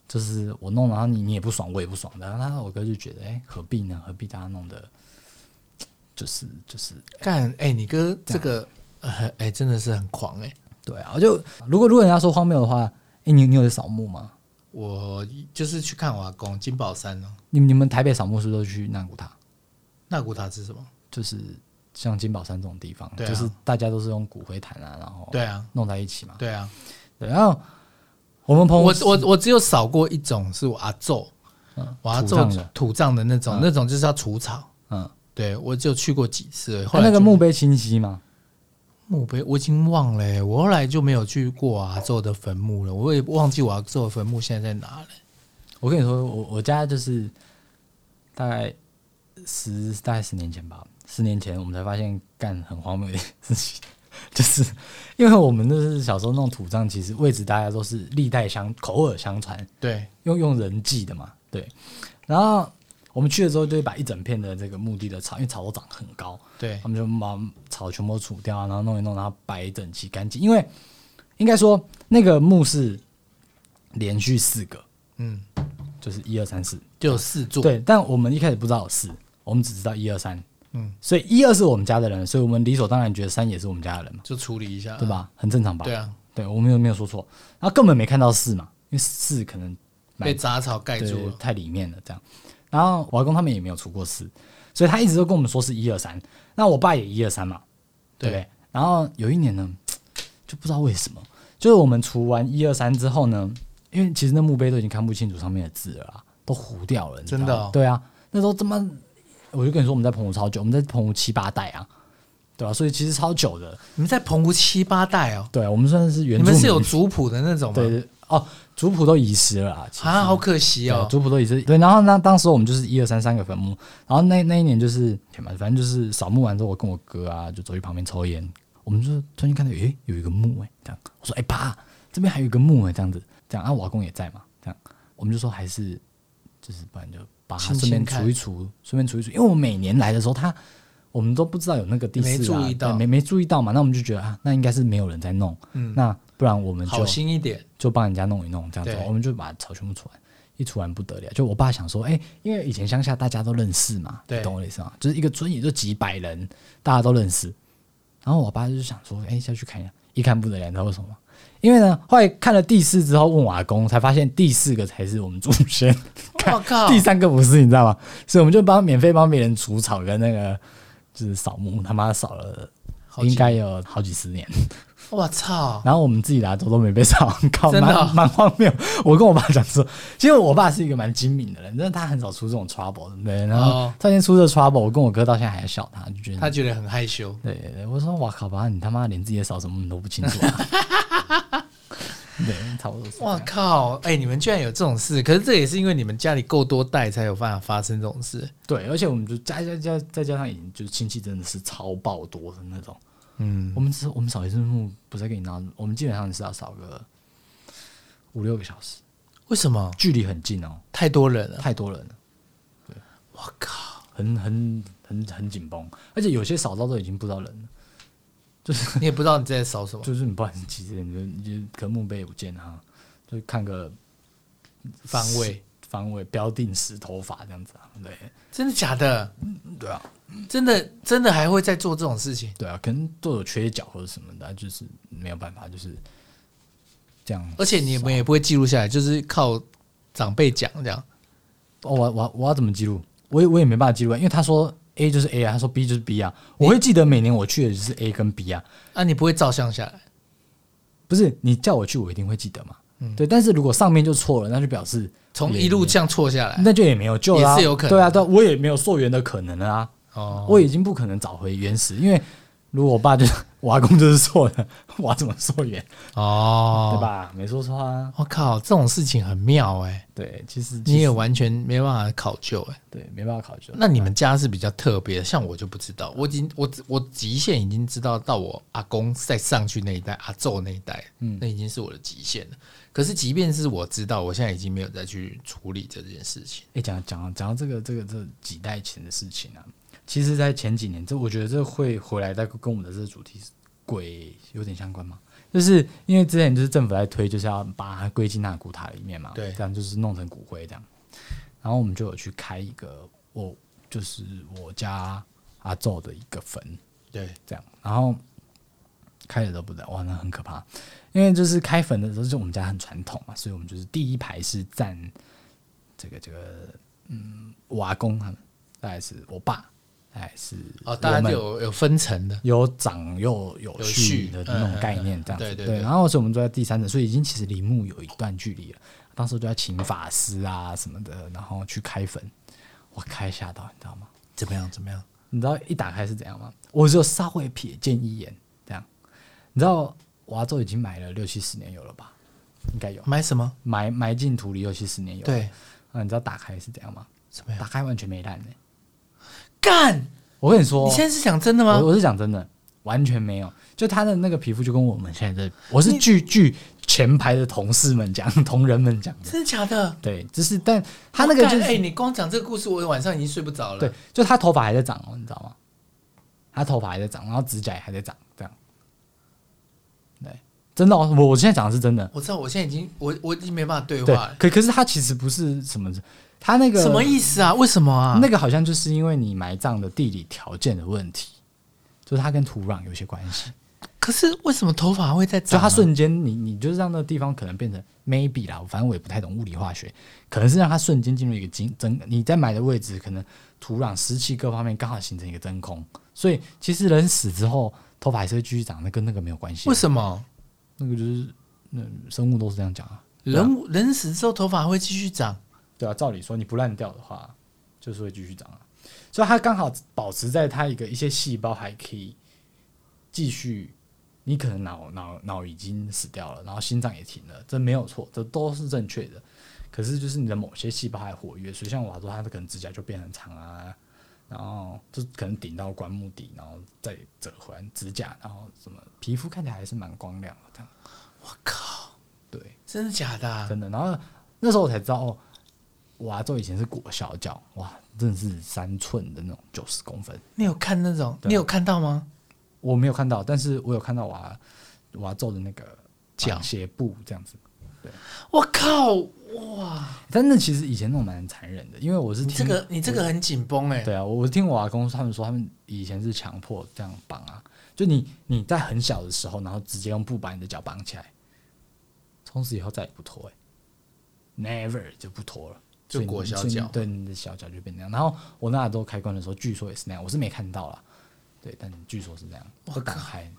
[SPEAKER 2] 就是我弄，然后你你也不爽，我也不爽，然后他我哥就觉得，哎、何必呢？何必大家弄的，就是就是，
[SPEAKER 1] 干哎、你哥这个呃哎、真的是很狂哎、
[SPEAKER 2] 对啊，我就如果如果人家说荒谬的话，哎、你你有在扫墓吗？
[SPEAKER 1] 我就是去看我阿公金宝山哦，
[SPEAKER 2] 你们你们台北扫墓是不是都去南古塔？
[SPEAKER 1] 那古塔是什么？
[SPEAKER 2] 就是像金宝山这种地方，
[SPEAKER 1] 对啊
[SPEAKER 2] 就是大家都是用骨灰坛啊，然后
[SPEAKER 1] 对啊，
[SPEAKER 2] 弄在一起嘛，
[SPEAKER 1] 对啊，
[SPEAKER 2] 对，然后我们朋友
[SPEAKER 1] 我我我只有扫过一种是我阿昼，
[SPEAKER 2] 嗯
[SPEAKER 1] 我阿
[SPEAKER 2] 土葬
[SPEAKER 1] 昼
[SPEAKER 2] 的
[SPEAKER 1] 土葬的那种，
[SPEAKER 2] 嗯
[SPEAKER 1] 那种就是要除草。
[SPEAKER 2] 嗯。
[SPEAKER 1] 对，我只有去过几次而已。后
[SPEAKER 2] 他
[SPEAKER 1] 来
[SPEAKER 2] 啊那个
[SPEAKER 1] 就
[SPEAKER 2] 墓碑清晰吗？
[SPEAKER 1] 墓碑我已经忘了欸、我后来就没有去过阿宙的坟墓了，我也忘记我阿宙的坟墓现在在哪了。
[SPEAKER 2] 我跟你说，我我家就是大概十大概十年前吧，十年前我们才发现干很荒谬的事情，就是因为我们那是小时候弄土葬，其实位置大家都是历代相口耳相传，
[SPEAKER 1] 对，
[SPEAKER 2] 用用人记的嘛，对。然后我们去了之后，就会把一整片的这个墓地的草，因为草都长很高，
[SPEAKER 1] 对
[SPEAKER 2] 他，们就把草全部除掉啊，然后弄一弄，然后摆整齐干净。因为应该说那个墓是连续四个，
[SPEAKER 1] 嗯，
[SPEAKER 2] 就是一二三四。
[SPEAKER 1] 就有四座。，
[SPEAKER 2] 对，但我们一开始不知道有四，我们只知道一二三，
[SPEAKER 1] 嗯，
[SPEAKER 2] 所以一二是我们家的人，所以我们理所当然觉得三也是我们家的人嘛，
[SPEAKER 1] 就处理一下，
[SPEAKER 2] 对？吧？很正常吧？
[SPEAKER 1] 呃对啊，
[SPEAKER 2] 对，我们又没有说错，啊然后根本没看到四嘛，因为四可能蛮
[SPEAKER 1] 被杂草盖
[SPEAKER 2] 对
[SPEAKER 1] 住了。
[SPEAKER 2] 太里面了这样。然后我阿公他们也没有出过事，所以他一直都跟我们说是一二三。那我爸也一二三嘛，对不对？然后有一年呢，就不知道为什么，就是我们除完一二三之后呢，因为其实那墓碑都已经看不清楚上面的字了啦，都糊掉了，你知道
[SPEAKER 1] 真
[SPEAKER 2] 吗
[SPEAKER 1] 的哦
[SPEAKER 2] 对啊，那时候他妈，我就跟你说我们在澎湖超久，我们在澎湖七八代啊，对吧、所以其实超久的，
[SPEAKER 1] 你们在澎湖七八代哦，
[SPEAKER 2] 对我们算是原
[SPEAKER 1] 你
[SPEAKER 2] 住
[SPEAKER 1] 们
[SPEAKER 2] 民
[SPEAKER 1] 是有族谱的那种吗？
[SPEAKER 2] 对对哦，族谱都遗失了啊，其实
[SPEAKER 1] 啊，好可惜
[SPEAKER 2] 对
[SPEAKER 1] 哦。
[SPEAKER 2] 族谱都遗失。对，然后那当时我们就是一二三三个坟墓，然后那那一年就是反正就是扫墓完之后，我跟我哥啊就走去旁边抽烟，我们就突然间看到诶、有一个墓诶、这样我说诶、爸这边还有一个墓诶、这样子这样啊我阿公也在嘛这样，我们就说还是就是不然就把它
[SPEAKER 1] 亲
[SPEAKER 2] 顺
[SPEAKER 1] 亲
[SPEAKER 2] 便
[SPEAKER 1] 看
[SPEAKER 2] 除一除，顺便除一除，因为我每年来的时候他。我们都不知道有那个第
[SPEAKER 1] 没
[SPEAKER 2] 四啊，
[SPEAKER 1] 注意到
[SPEAKER 2] 对没没注意到嘛，那我们就觉得啊，那应该是没有人在弄，
[SPEAKER 1] 嗯
[SPEAKER 2] 那不然我们就
[SPEAKER 1] 好心一点，
[SPEAKER 2] 就帮人家弄一弄，这样子
[SPEAKER 1] 对，
[SPEAKER 2] 我们就把草全部除完，一除完不得了。就我爸想说，哎、因为以前乡下大家都认识嘛，
[SPEAKER 1] 对
[SPEAKER 2] 你懂我的意思吗？就是一个村也就几百人，大家都认识。然后我爸就想说，哎、下去看一下，一看不得了，你知道为什么吗？因为呢，后来看了第四之后，问我阿公，才发现第四个才是我们祖先，
[SPEAKER 1] 我靠，
[SPEAKER 2] 第三个不是，你知道吗？所以我们就帮免费帮别人除草跟那个就是扫墓，他妈扫了
[SPEAKER 1] 好
[SPEAKER 2] 应
[SPEAKER 1] 奇，
[SPEAKER 2] 该有好几十年。
[SPEAKER 1] 我操，
[SPEAKER 2] 然后我们自己拿走都没被扫， 靠，
[SPEAKER 1] 真的哦
[SPEAKER 2] 蛮蛮荒谬。我跟我爸讲说，其实我爸是一个蛮精明的人，但是他很少出这种 trouble，对不对？然后
[SPEAKER 1] 哦
[SPEAKER 2] 突然间出这 trouble，我跟我哥到现在还在笑他，就觉
[SPEAKER 1] 他
[SPEAKER 2] 得。
[SPEAKER 1] 觉得很害羞，
[SPEAKER 2] 对对对，我说哇靠吧，你他妈连自己的扫什么你都不清楚啊！ 对，差不多是这样。
[SPEAKER 1] 哇靠，哎、你们居然有这种事，可是这也是因为你们家里够多代才有办法发生这种事，
[SPEAKER 2] 对，而且我们就加加加再加上已经就是亲戚真的是超爆多的那种，
[SPEAKER 1] 嗯，
[SPEAKER 2] 我们只我们扫一次墓不再给你拿，我们基本上是要扫个五六个小时，
[SPEAKER 1] 为什么
[SPEAKER 2] 距离很近哦，
[SPEAKER 1] 太多人了？
[SPEAKER 2] 太多人了。
[SPEAKER 1] 我靠，
[SPEAKER 2] 很很很很紧绷，而且有些扫到都已经不知道人了，
[SPEAKER 1] 你也不知道你在扫什么，
[SPEAKER 2] 就是你不然其实你就你就可能墓碑也不见啊，就看个
[SPEAKER 1] 方位，
[SPEAKER 2] 方位标定石头法这样子啊，对
[SPEAKER 1] 真的假的？
[SPEAKER 2] 对啊
[SPEAKER 1] 真的真的还会再做这种事情？
[SPEAKER 2] 对啊，可能都有缺角或者什么的啊，就是没有办法，就是这样。
[SPEAKER 1] 而且你
[SPEAKER 2] 啊
[SPEAKER 1] 们也不会记录下来，就是靠长辈讲这样。
[SPEAKER 2] 哦，我我我要怎么记录？我也我也没办法记录啊，因为他说 A 就是 A 啊，他说 B 就是 B 啊，我会记得每年我去的就是 A 跟 B 啊，
[SPEAKER 1] 啊，你不会照相下来，
[SPEAKER 2] 不是你叫我去我一定会记得嘛，对，但是如果上面就错了，那就表示
[SPEAKER 1] 嗯从
[SPEAKER 2] 也
[SPEAKER 1] 一路这样错下来。
[SPEAKER 2] 那就也没有救啦、
[SPEAKER 1] 也是有可能
[SPEAKER 2] 对啊，对啊，我也没有溯源的可能了啊，
[SPEAKER 1] 哦，
[SPEAKER 2] 我已经不可能找回原始，因为如果我爸就是 我阿公就是错的， 我怎么溯源？
[SPEAKER 1] 哦，
[SPEAKER 2] 对？吧？没说错啊。
[SPEAKER 1] 我靠，这种事情很妙哎、
[SPEAKER 2] 对，其实
[SPEAKER 1] 你
[SPEAKER 2] 其
[SPEAKER 1] 也
[SPEAKER 2] 实
[SPEAKER 1] 完全没办法考究哎、
[SPEAKER 2] 对，没办法考究。
[SPEAKER 1] 那你们家是比较特别的，像我就不知道，我已经我我极限已经知道到我阿公再上去那一代，阿昼那一代，
[SPEAKER 2] 嗯
[SPEAKER 1] 那已经是我的极限了。可是即便是我知道，我现在已经没有再去处理这件事情。
[SPEAKER 2] 哎、讲讲讲到这个这个这几代前的事情啊，其实，在前几年，这我觉得这会回来，再跟我们的这个主题鬼有点相关嘛。就是因为之前就是政府在推，就是要把它归进那古塔里面嘛，
[SPEAKER 1] 对
[SPEAKER 2] 这样就是弄成骨灰这样。然后我们就有去开一个我就是我家阿昼的一个坟，
[SPEAKER 1] 对，
[SPEAKER 2] 这样，然后开的都不得，哇，那很可怕。因为就是开坟的时候，就我们家很传统嘛，所以我们就是第一排是站这个这个，嗯，我阿公他们，大概是我爸，大概是
[SPEAKER 1] 哦，大
[SPEAKER 2] 我
[SPEAKER 1] 家
[SPEAKER 2] 们
[SPEAKER 1] 有有分层的，
[SPEAKER 2] 有长又有
[SPEAKER 1] 有
[SPEAKER 2] 序
[SPEAKER 1] 序
[SPEAKER 2] 的
[SPEAKER 1] 嗯
[SPEAKER 2] 那种
[SPEAKER 1] 嗯
[SPEAKER 2] 概
[SPEAKER 1] 嗯
[SPEAKER 2] 念，这样子、
[SPEAKER 1] 对对对
[SPEAKER 2] 然后所以我们坐在第三层，所以已经其实离墓有一段距离了。当时就要请法师啊什么的，然后去开坟，我开吓到，你知道吗？
[SPEAKER 1] 怎么样？怎么样？
[SPEAKER 2] 你知道一打开是怎样吗？我只有稍微瞥见一眼，这样。你知道娃州已经埋了六七十年有了吧？应该有
[SPEAKER 1] 买什么？
[SPEAKER 2] 埋埋进土里六七十年有。
[SPEAKER 1] 对，
[SPEAKER 2] 啊，你知道打开是怎样吗？
[SPEAKER 1] 怎么样？
[SPEAKER 2] 打开完全没烂呢、
[SPEAKER 1] 干！
[SPEAKER 2] 我跟你说，
[SPEAKER 1] 你现在是讲真的吗
[SPEAKER 2] 我？我是讲真的，完全没有。就他的那个皮肤，就跟我们现在这，我是据据前排的同事们讲，同仁们讲的，
[SPEAKER 1] 真的假的？
[SPEAKER 2] 对，只是但他那个就
[SPEAKER 1] 我
[SPEAKER 2] 是、
[SPEAKER 1] 干哎，你光讲这个故事，我晚上已经睡不着了。
[SPEAKER 2] 对，，就他头发还在长哦，你知道吗？他头发还在长，然后指甲也还在长，这样。对，真的、哦，我我现在讲的是真的。
[SPEAKER 1] 我知道，我现在已经我我已经没办法对
[SPEAKER 2] 对
[SPEAKER 1] 话，了。
[SPEAKER 2] 可可是他其实不是什么，他那个
[SPEAKER 1] 什么意思啊？为什么啊？
[SPEAKER 2] 那个好像就是因为你埋葬的地理条件的问题，就是它跟土壤有些关系。
[SPEAKER 1] 可是为什么头发会在
[SPEAKER 2] 就
[SPEAKER 1] 长啊？
[SPEAKER 2] 它瞬间，你你就是让那个地方可能变成 maybe 啦，反正我也不太懂物理化学，可能是让它瞬间进入一个真真，你在买的位置可能土壤、湿气各方面刚好形成一个真空，所以其实人死之后头发还是会继续长，那跟那个没有关系啊
[SPEAKER 1] 为。什么
[SPEAKER 2] 那个就是那生物都是这样讲啊，
[SPEAKER 1] 人人死之后头发会继续长？
[SPEAKER 2] 对啊，照理说你不烂掉的话，就是会继续长啊，所以它刚好保持在它一个一些细胞还可以继续。你可能脑脑脑已经死掉了，然后心脏也停了，这没有错，这都是正确的。可是就是你的某些细胞还活跃，所以像我说，它的可能指甲就变很长啊，然后就可能顶到棺木底，然后再折回来指甲，然后什么皮肤看起来还是蛮光亮的，这样
[SPEAKER 1] 我靠，
[SPEAKER 2] 对。
[SPEAKER 1] 真的假的啊、
[SPEAKER 2] 真的。然后那时候我才知道，哦，我阿周以前是国小教，哇，真的是三寸的那种九十公分，
[SPEAKER 1] 你有看那种？
[SPEAKER 2] 对啊
[SPEAKER 1] 你有看到吗？
[SPEAKER 2] 我没有看到，但是我有看到我阿我阿周的那个
[SPEAKER 1] 脚
[SPEAKER 2] 绑鞋布这样子。
[SPEAKER 1] 我靠，哇！
[SPEAKER 2] 但那其实以前那种蛮残忍的，因为我是
[SPEAKER 1] 你这
[SPEAKER 2] 听
[SPEAKER 1] 个你这个很紧绷哎，
[SPEAKER 2] 对啊，我我听我阿公他们说，他们以前是强迫这样绑啊，就你你在很小的时候，然后直接用布把你的脚绑起来，从此以后再也不脱、欸、，never 就不脱了，
[SPEAKER 1] 就
[SPEAKER 2] 所以你
[SPEAKER 1] 裹小
[SPEAKER 2] 所以你
[SPEAKER 1] 脚
[SPEAKER 2] 对你的小脚就变那样。然后我那时候开关的时候，据说也是那样，我是没看到啦，对，但据说是那样，
[SPEAKER 1] 我
[SPEAKER 2] 会打
[SPEAKER 1] 靠
[SPEAKER 2] 开，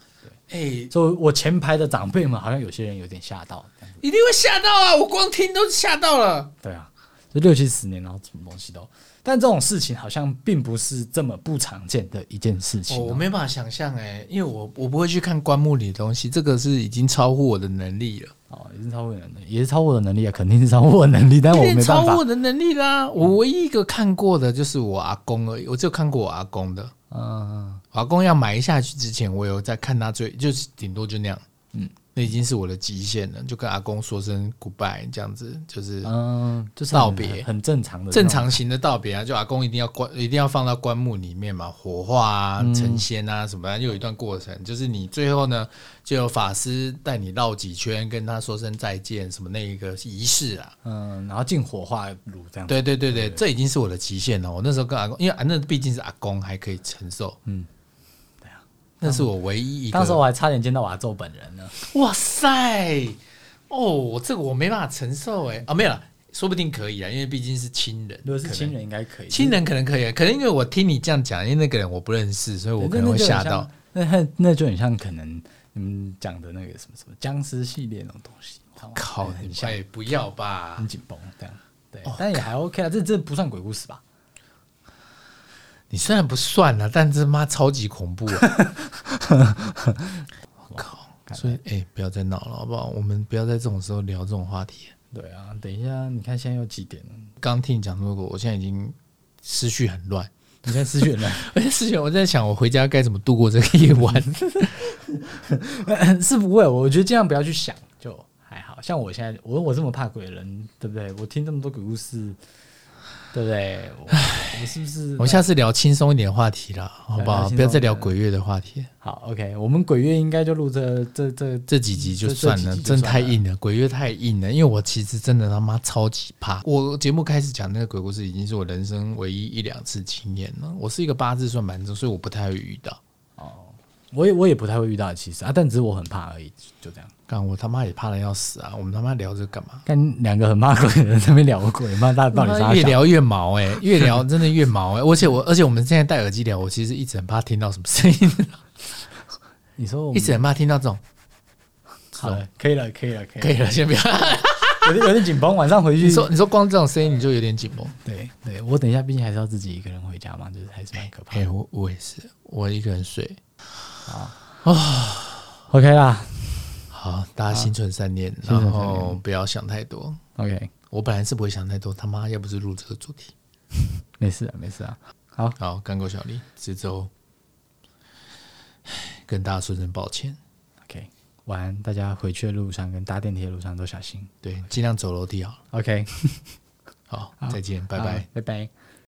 [SPEAKER 2] 对，
[SPEAKER 1] 哎、
[SPEAKER 2] 所以我前排的长辈们好像有些人有点吓到，这样子
[SPEAKER 1] 一定会吓到啊！我光听都吓到了。
[SPEAKER 2] 对啊，就六七十年，然后什么东西都，但这种事情好像并不是这么不常见的一件事情
[SPEAKER 1] 哦、
[SPEAKER 2] 哦、
[SPEAKER 1] 我没办法想象哎、因为我我不会去看棺木里的东西，这个是已经超乎我的能力了，
[SPEAKER 2] 哦，也是超过我的能力，也是超过我的能力啊，肯定是超过我的能力，但我
[SPEAKER 1] 已
[SPEAKER 2] 没
[SPEAKER 1] 经超
[SPEAKER 2] 办
[SPEAKER 1] 乎我
[SPEAKER 2] 法。
[SPEAKER 1] 的能力啦。我唯一一个看过的就是我阿公而已，我只有看过我阿公的。
[SPEAKER 2] 嗯，
[SPEAKER 1] 我阿公要埋下去之前，我有在看他最，就是顶多就那样，嗯
[SPEAKER 2] 嗯，
[SPEAKER 1] 那已经是我的极限了，就跟阿公说声 goodbye 这样子，就是
[SPEAKER 2] 嗯，就是
[SPEAKER 1] 道
[SPEAKER 2] 很
[SPEAKER 1] 别
[SPEAKER 2] 很很正常的，
[SPEAKER 1] 正。常型的道别啊，就阿公一定要棺，一定要放到棺木里面嘛，火化啊、
[SPEAKER 2] 嗯
[SPEAKER 1] 成仙啊什么的，又有一段过程，就是你最后呢，就有法师带你绕几圈，跟他说声再见，什么那一个仪式啊。
[SPEAKER 2] 嗯，然后进火化炉这样。，
[SPEAKER 1] 对对对对，这已经是我的极限了。我那时候跟阿公，因为啊，那毕竟是阿公，还可以承受。嗯
[SPEAKER 2] 嗯，
[SPEAKER 1] 对啊，那是我唯一一个。
[SPEAKER 2] 当时我还差点见到我阿宙本人呢。
[SPEAKER 1] 哇塞，哦，这个我没办法承受哎啊，没有啦，说不定可以啊，因为毕竟是亲人。
[SPEAKER 2] 如果是
[SPEAKER 1] 可能
[SPEAKER 2] 亲人，应该可以。
[SPEAKER 1] 亲人可能可以，啊可能因为我听你这样讲，因为那个人我不认识，所以
[SPEAKER 2] 对，
[SPEAKER 1] 我
[SPEAKER 2] 我
[SPEAKER 1] 可能会吓到。。
[SPEAKER 2] 那那那就很像可能你们讲的那个什么什么僵尸系列那种东西。你知道吗
[SPEAKER 1] 靠，
[SPEAKER 2] 很
[SPEAKER 1] 你
[SPEAKER 2] 像，
[SPEAKER 1] 快哦不要吧
[SPEAKER 2] 很！紧绷这样。对，但也还 OK 啊，这这不算鬼故事吧？
[SPEAKER 1] 你虽然不算了，但这妈超级恐怖、啊！ 我靠！所以哎、不要再闹了，好不好？我们不要在这种时候聊这种话题。
[SPEAKER 2] 对啊，等一下，你看现在又几点了？
[SPEAKER 1] 刚听你讲那么多，我现在已经思绪很乱。
[SPEAKER 2] 你现在失血了。
[SPEAKER 1] 而且思绪，我在想我回家该怎么度过这个夜 晚。
[SPEAKER 2] 是不会，我觉得尽量不要去想，就还好像我现在我我这么怕鬼的人，对不对？我听这么多鬼故事，对不对？我我是不是
[SPEAKER 1] 我们下次聊轻松一点的话题啦，好不好？
[SPEAKER 2] 对聊轻松一点
[SPEAKER 1] 不要再聊鬼月的话题，
[SPEAKER 2] 好？OK，我们鬼月应该就录这这这
[SPEAKER 1] 这几集就算
[SPEAKER 2] 这
[SPEAKER 1] 了，
[SPEAKER 2] 这几集就
[SPEAKER 1] 真
[SPEAKER 2] 算
[SPEAKER 1] 的
[SPEAKER 2] 了
[SPEAKER 1] 太硬了，鬼月太硬了。因为我其实真的他妈超级怕。我节目开始讲那个鬼故事，已经是我人生唯一一两次经验了。我是一个八字算蛮重，所以我不太会遇到。
[SPEAKER 2] 哦，我也我也不太会遇到，其实啊，但只是我很怕而已，就这样。
[SPEAKER 1] 干，我他妈也怕的要死啊！我们他妈聊这干嘛？
[SPEAKER 2] 跟两个很怕鬼的人在那边聊鬼，妈大到底
[SPEAKER 1] 妈
[SPEAKER 2] 啥
[SPEAKER 1] 越
[SPEAKER 2] 想？
[SPEAKER 1] 聊越 毛哎、越聊真的越毛哎、而且我而且我们现在戴耳机聊，我其实一直很怕听到什么声音，
[SPEAKER 2] 你说我
[SPEAKER 1] 一
[SPEAKER 2] 们
[SPEAKER 1] 直很怕听到这种。
[SPEAKER 2] 好了，可以了，可以了，可以
[SPEAKER 1] 可以了，先不要。
[SPEAKER 2] 了，有点有点紧绷，晚上回去
[SPEAKER 1] 你说你说光这种声音你就有点紧绷。
[SPEAKER 2] 对对，我等一下毕竟还是要自己一个人回家嘛，就是还是蛮可怕
[SPEAKER 1] 哎、
[SPEAKER 2] 的。
[SPEAKER 1] 我我也是，我一个人睡。
[SPEAKER 2] OK 啦
[SPEAKER 1] 好，大家心存善念，
[SPEAKER 2] 存善
[SPEAKER 1] 然
[SPEAKER 2] 念
[SPEAKER 1] 后不要想太多。
[SPEAKER 2] ，OK，
[SPEAKER 1] 我本来是不会想太多，他妈要不是录这个主题，
[SPEAKER 2] 没事啊，没事啊，好。
[SPEAKER 1] 好，干够小丽，这周唉跟大家说声抱歉。
[SPEAKER 2] OK，晚安，大家回去的路上跟搭电梯的路上都小心。
[SPEAKER 1] 对，尽量走楼梯好了。
[SPEAKER 2] OK，
[SPEAKER 1] 好，再见，拜
[SPEAKER 2] 好
[SPEAKER 1] 拜。
[SPEAKER 2] 拜拜。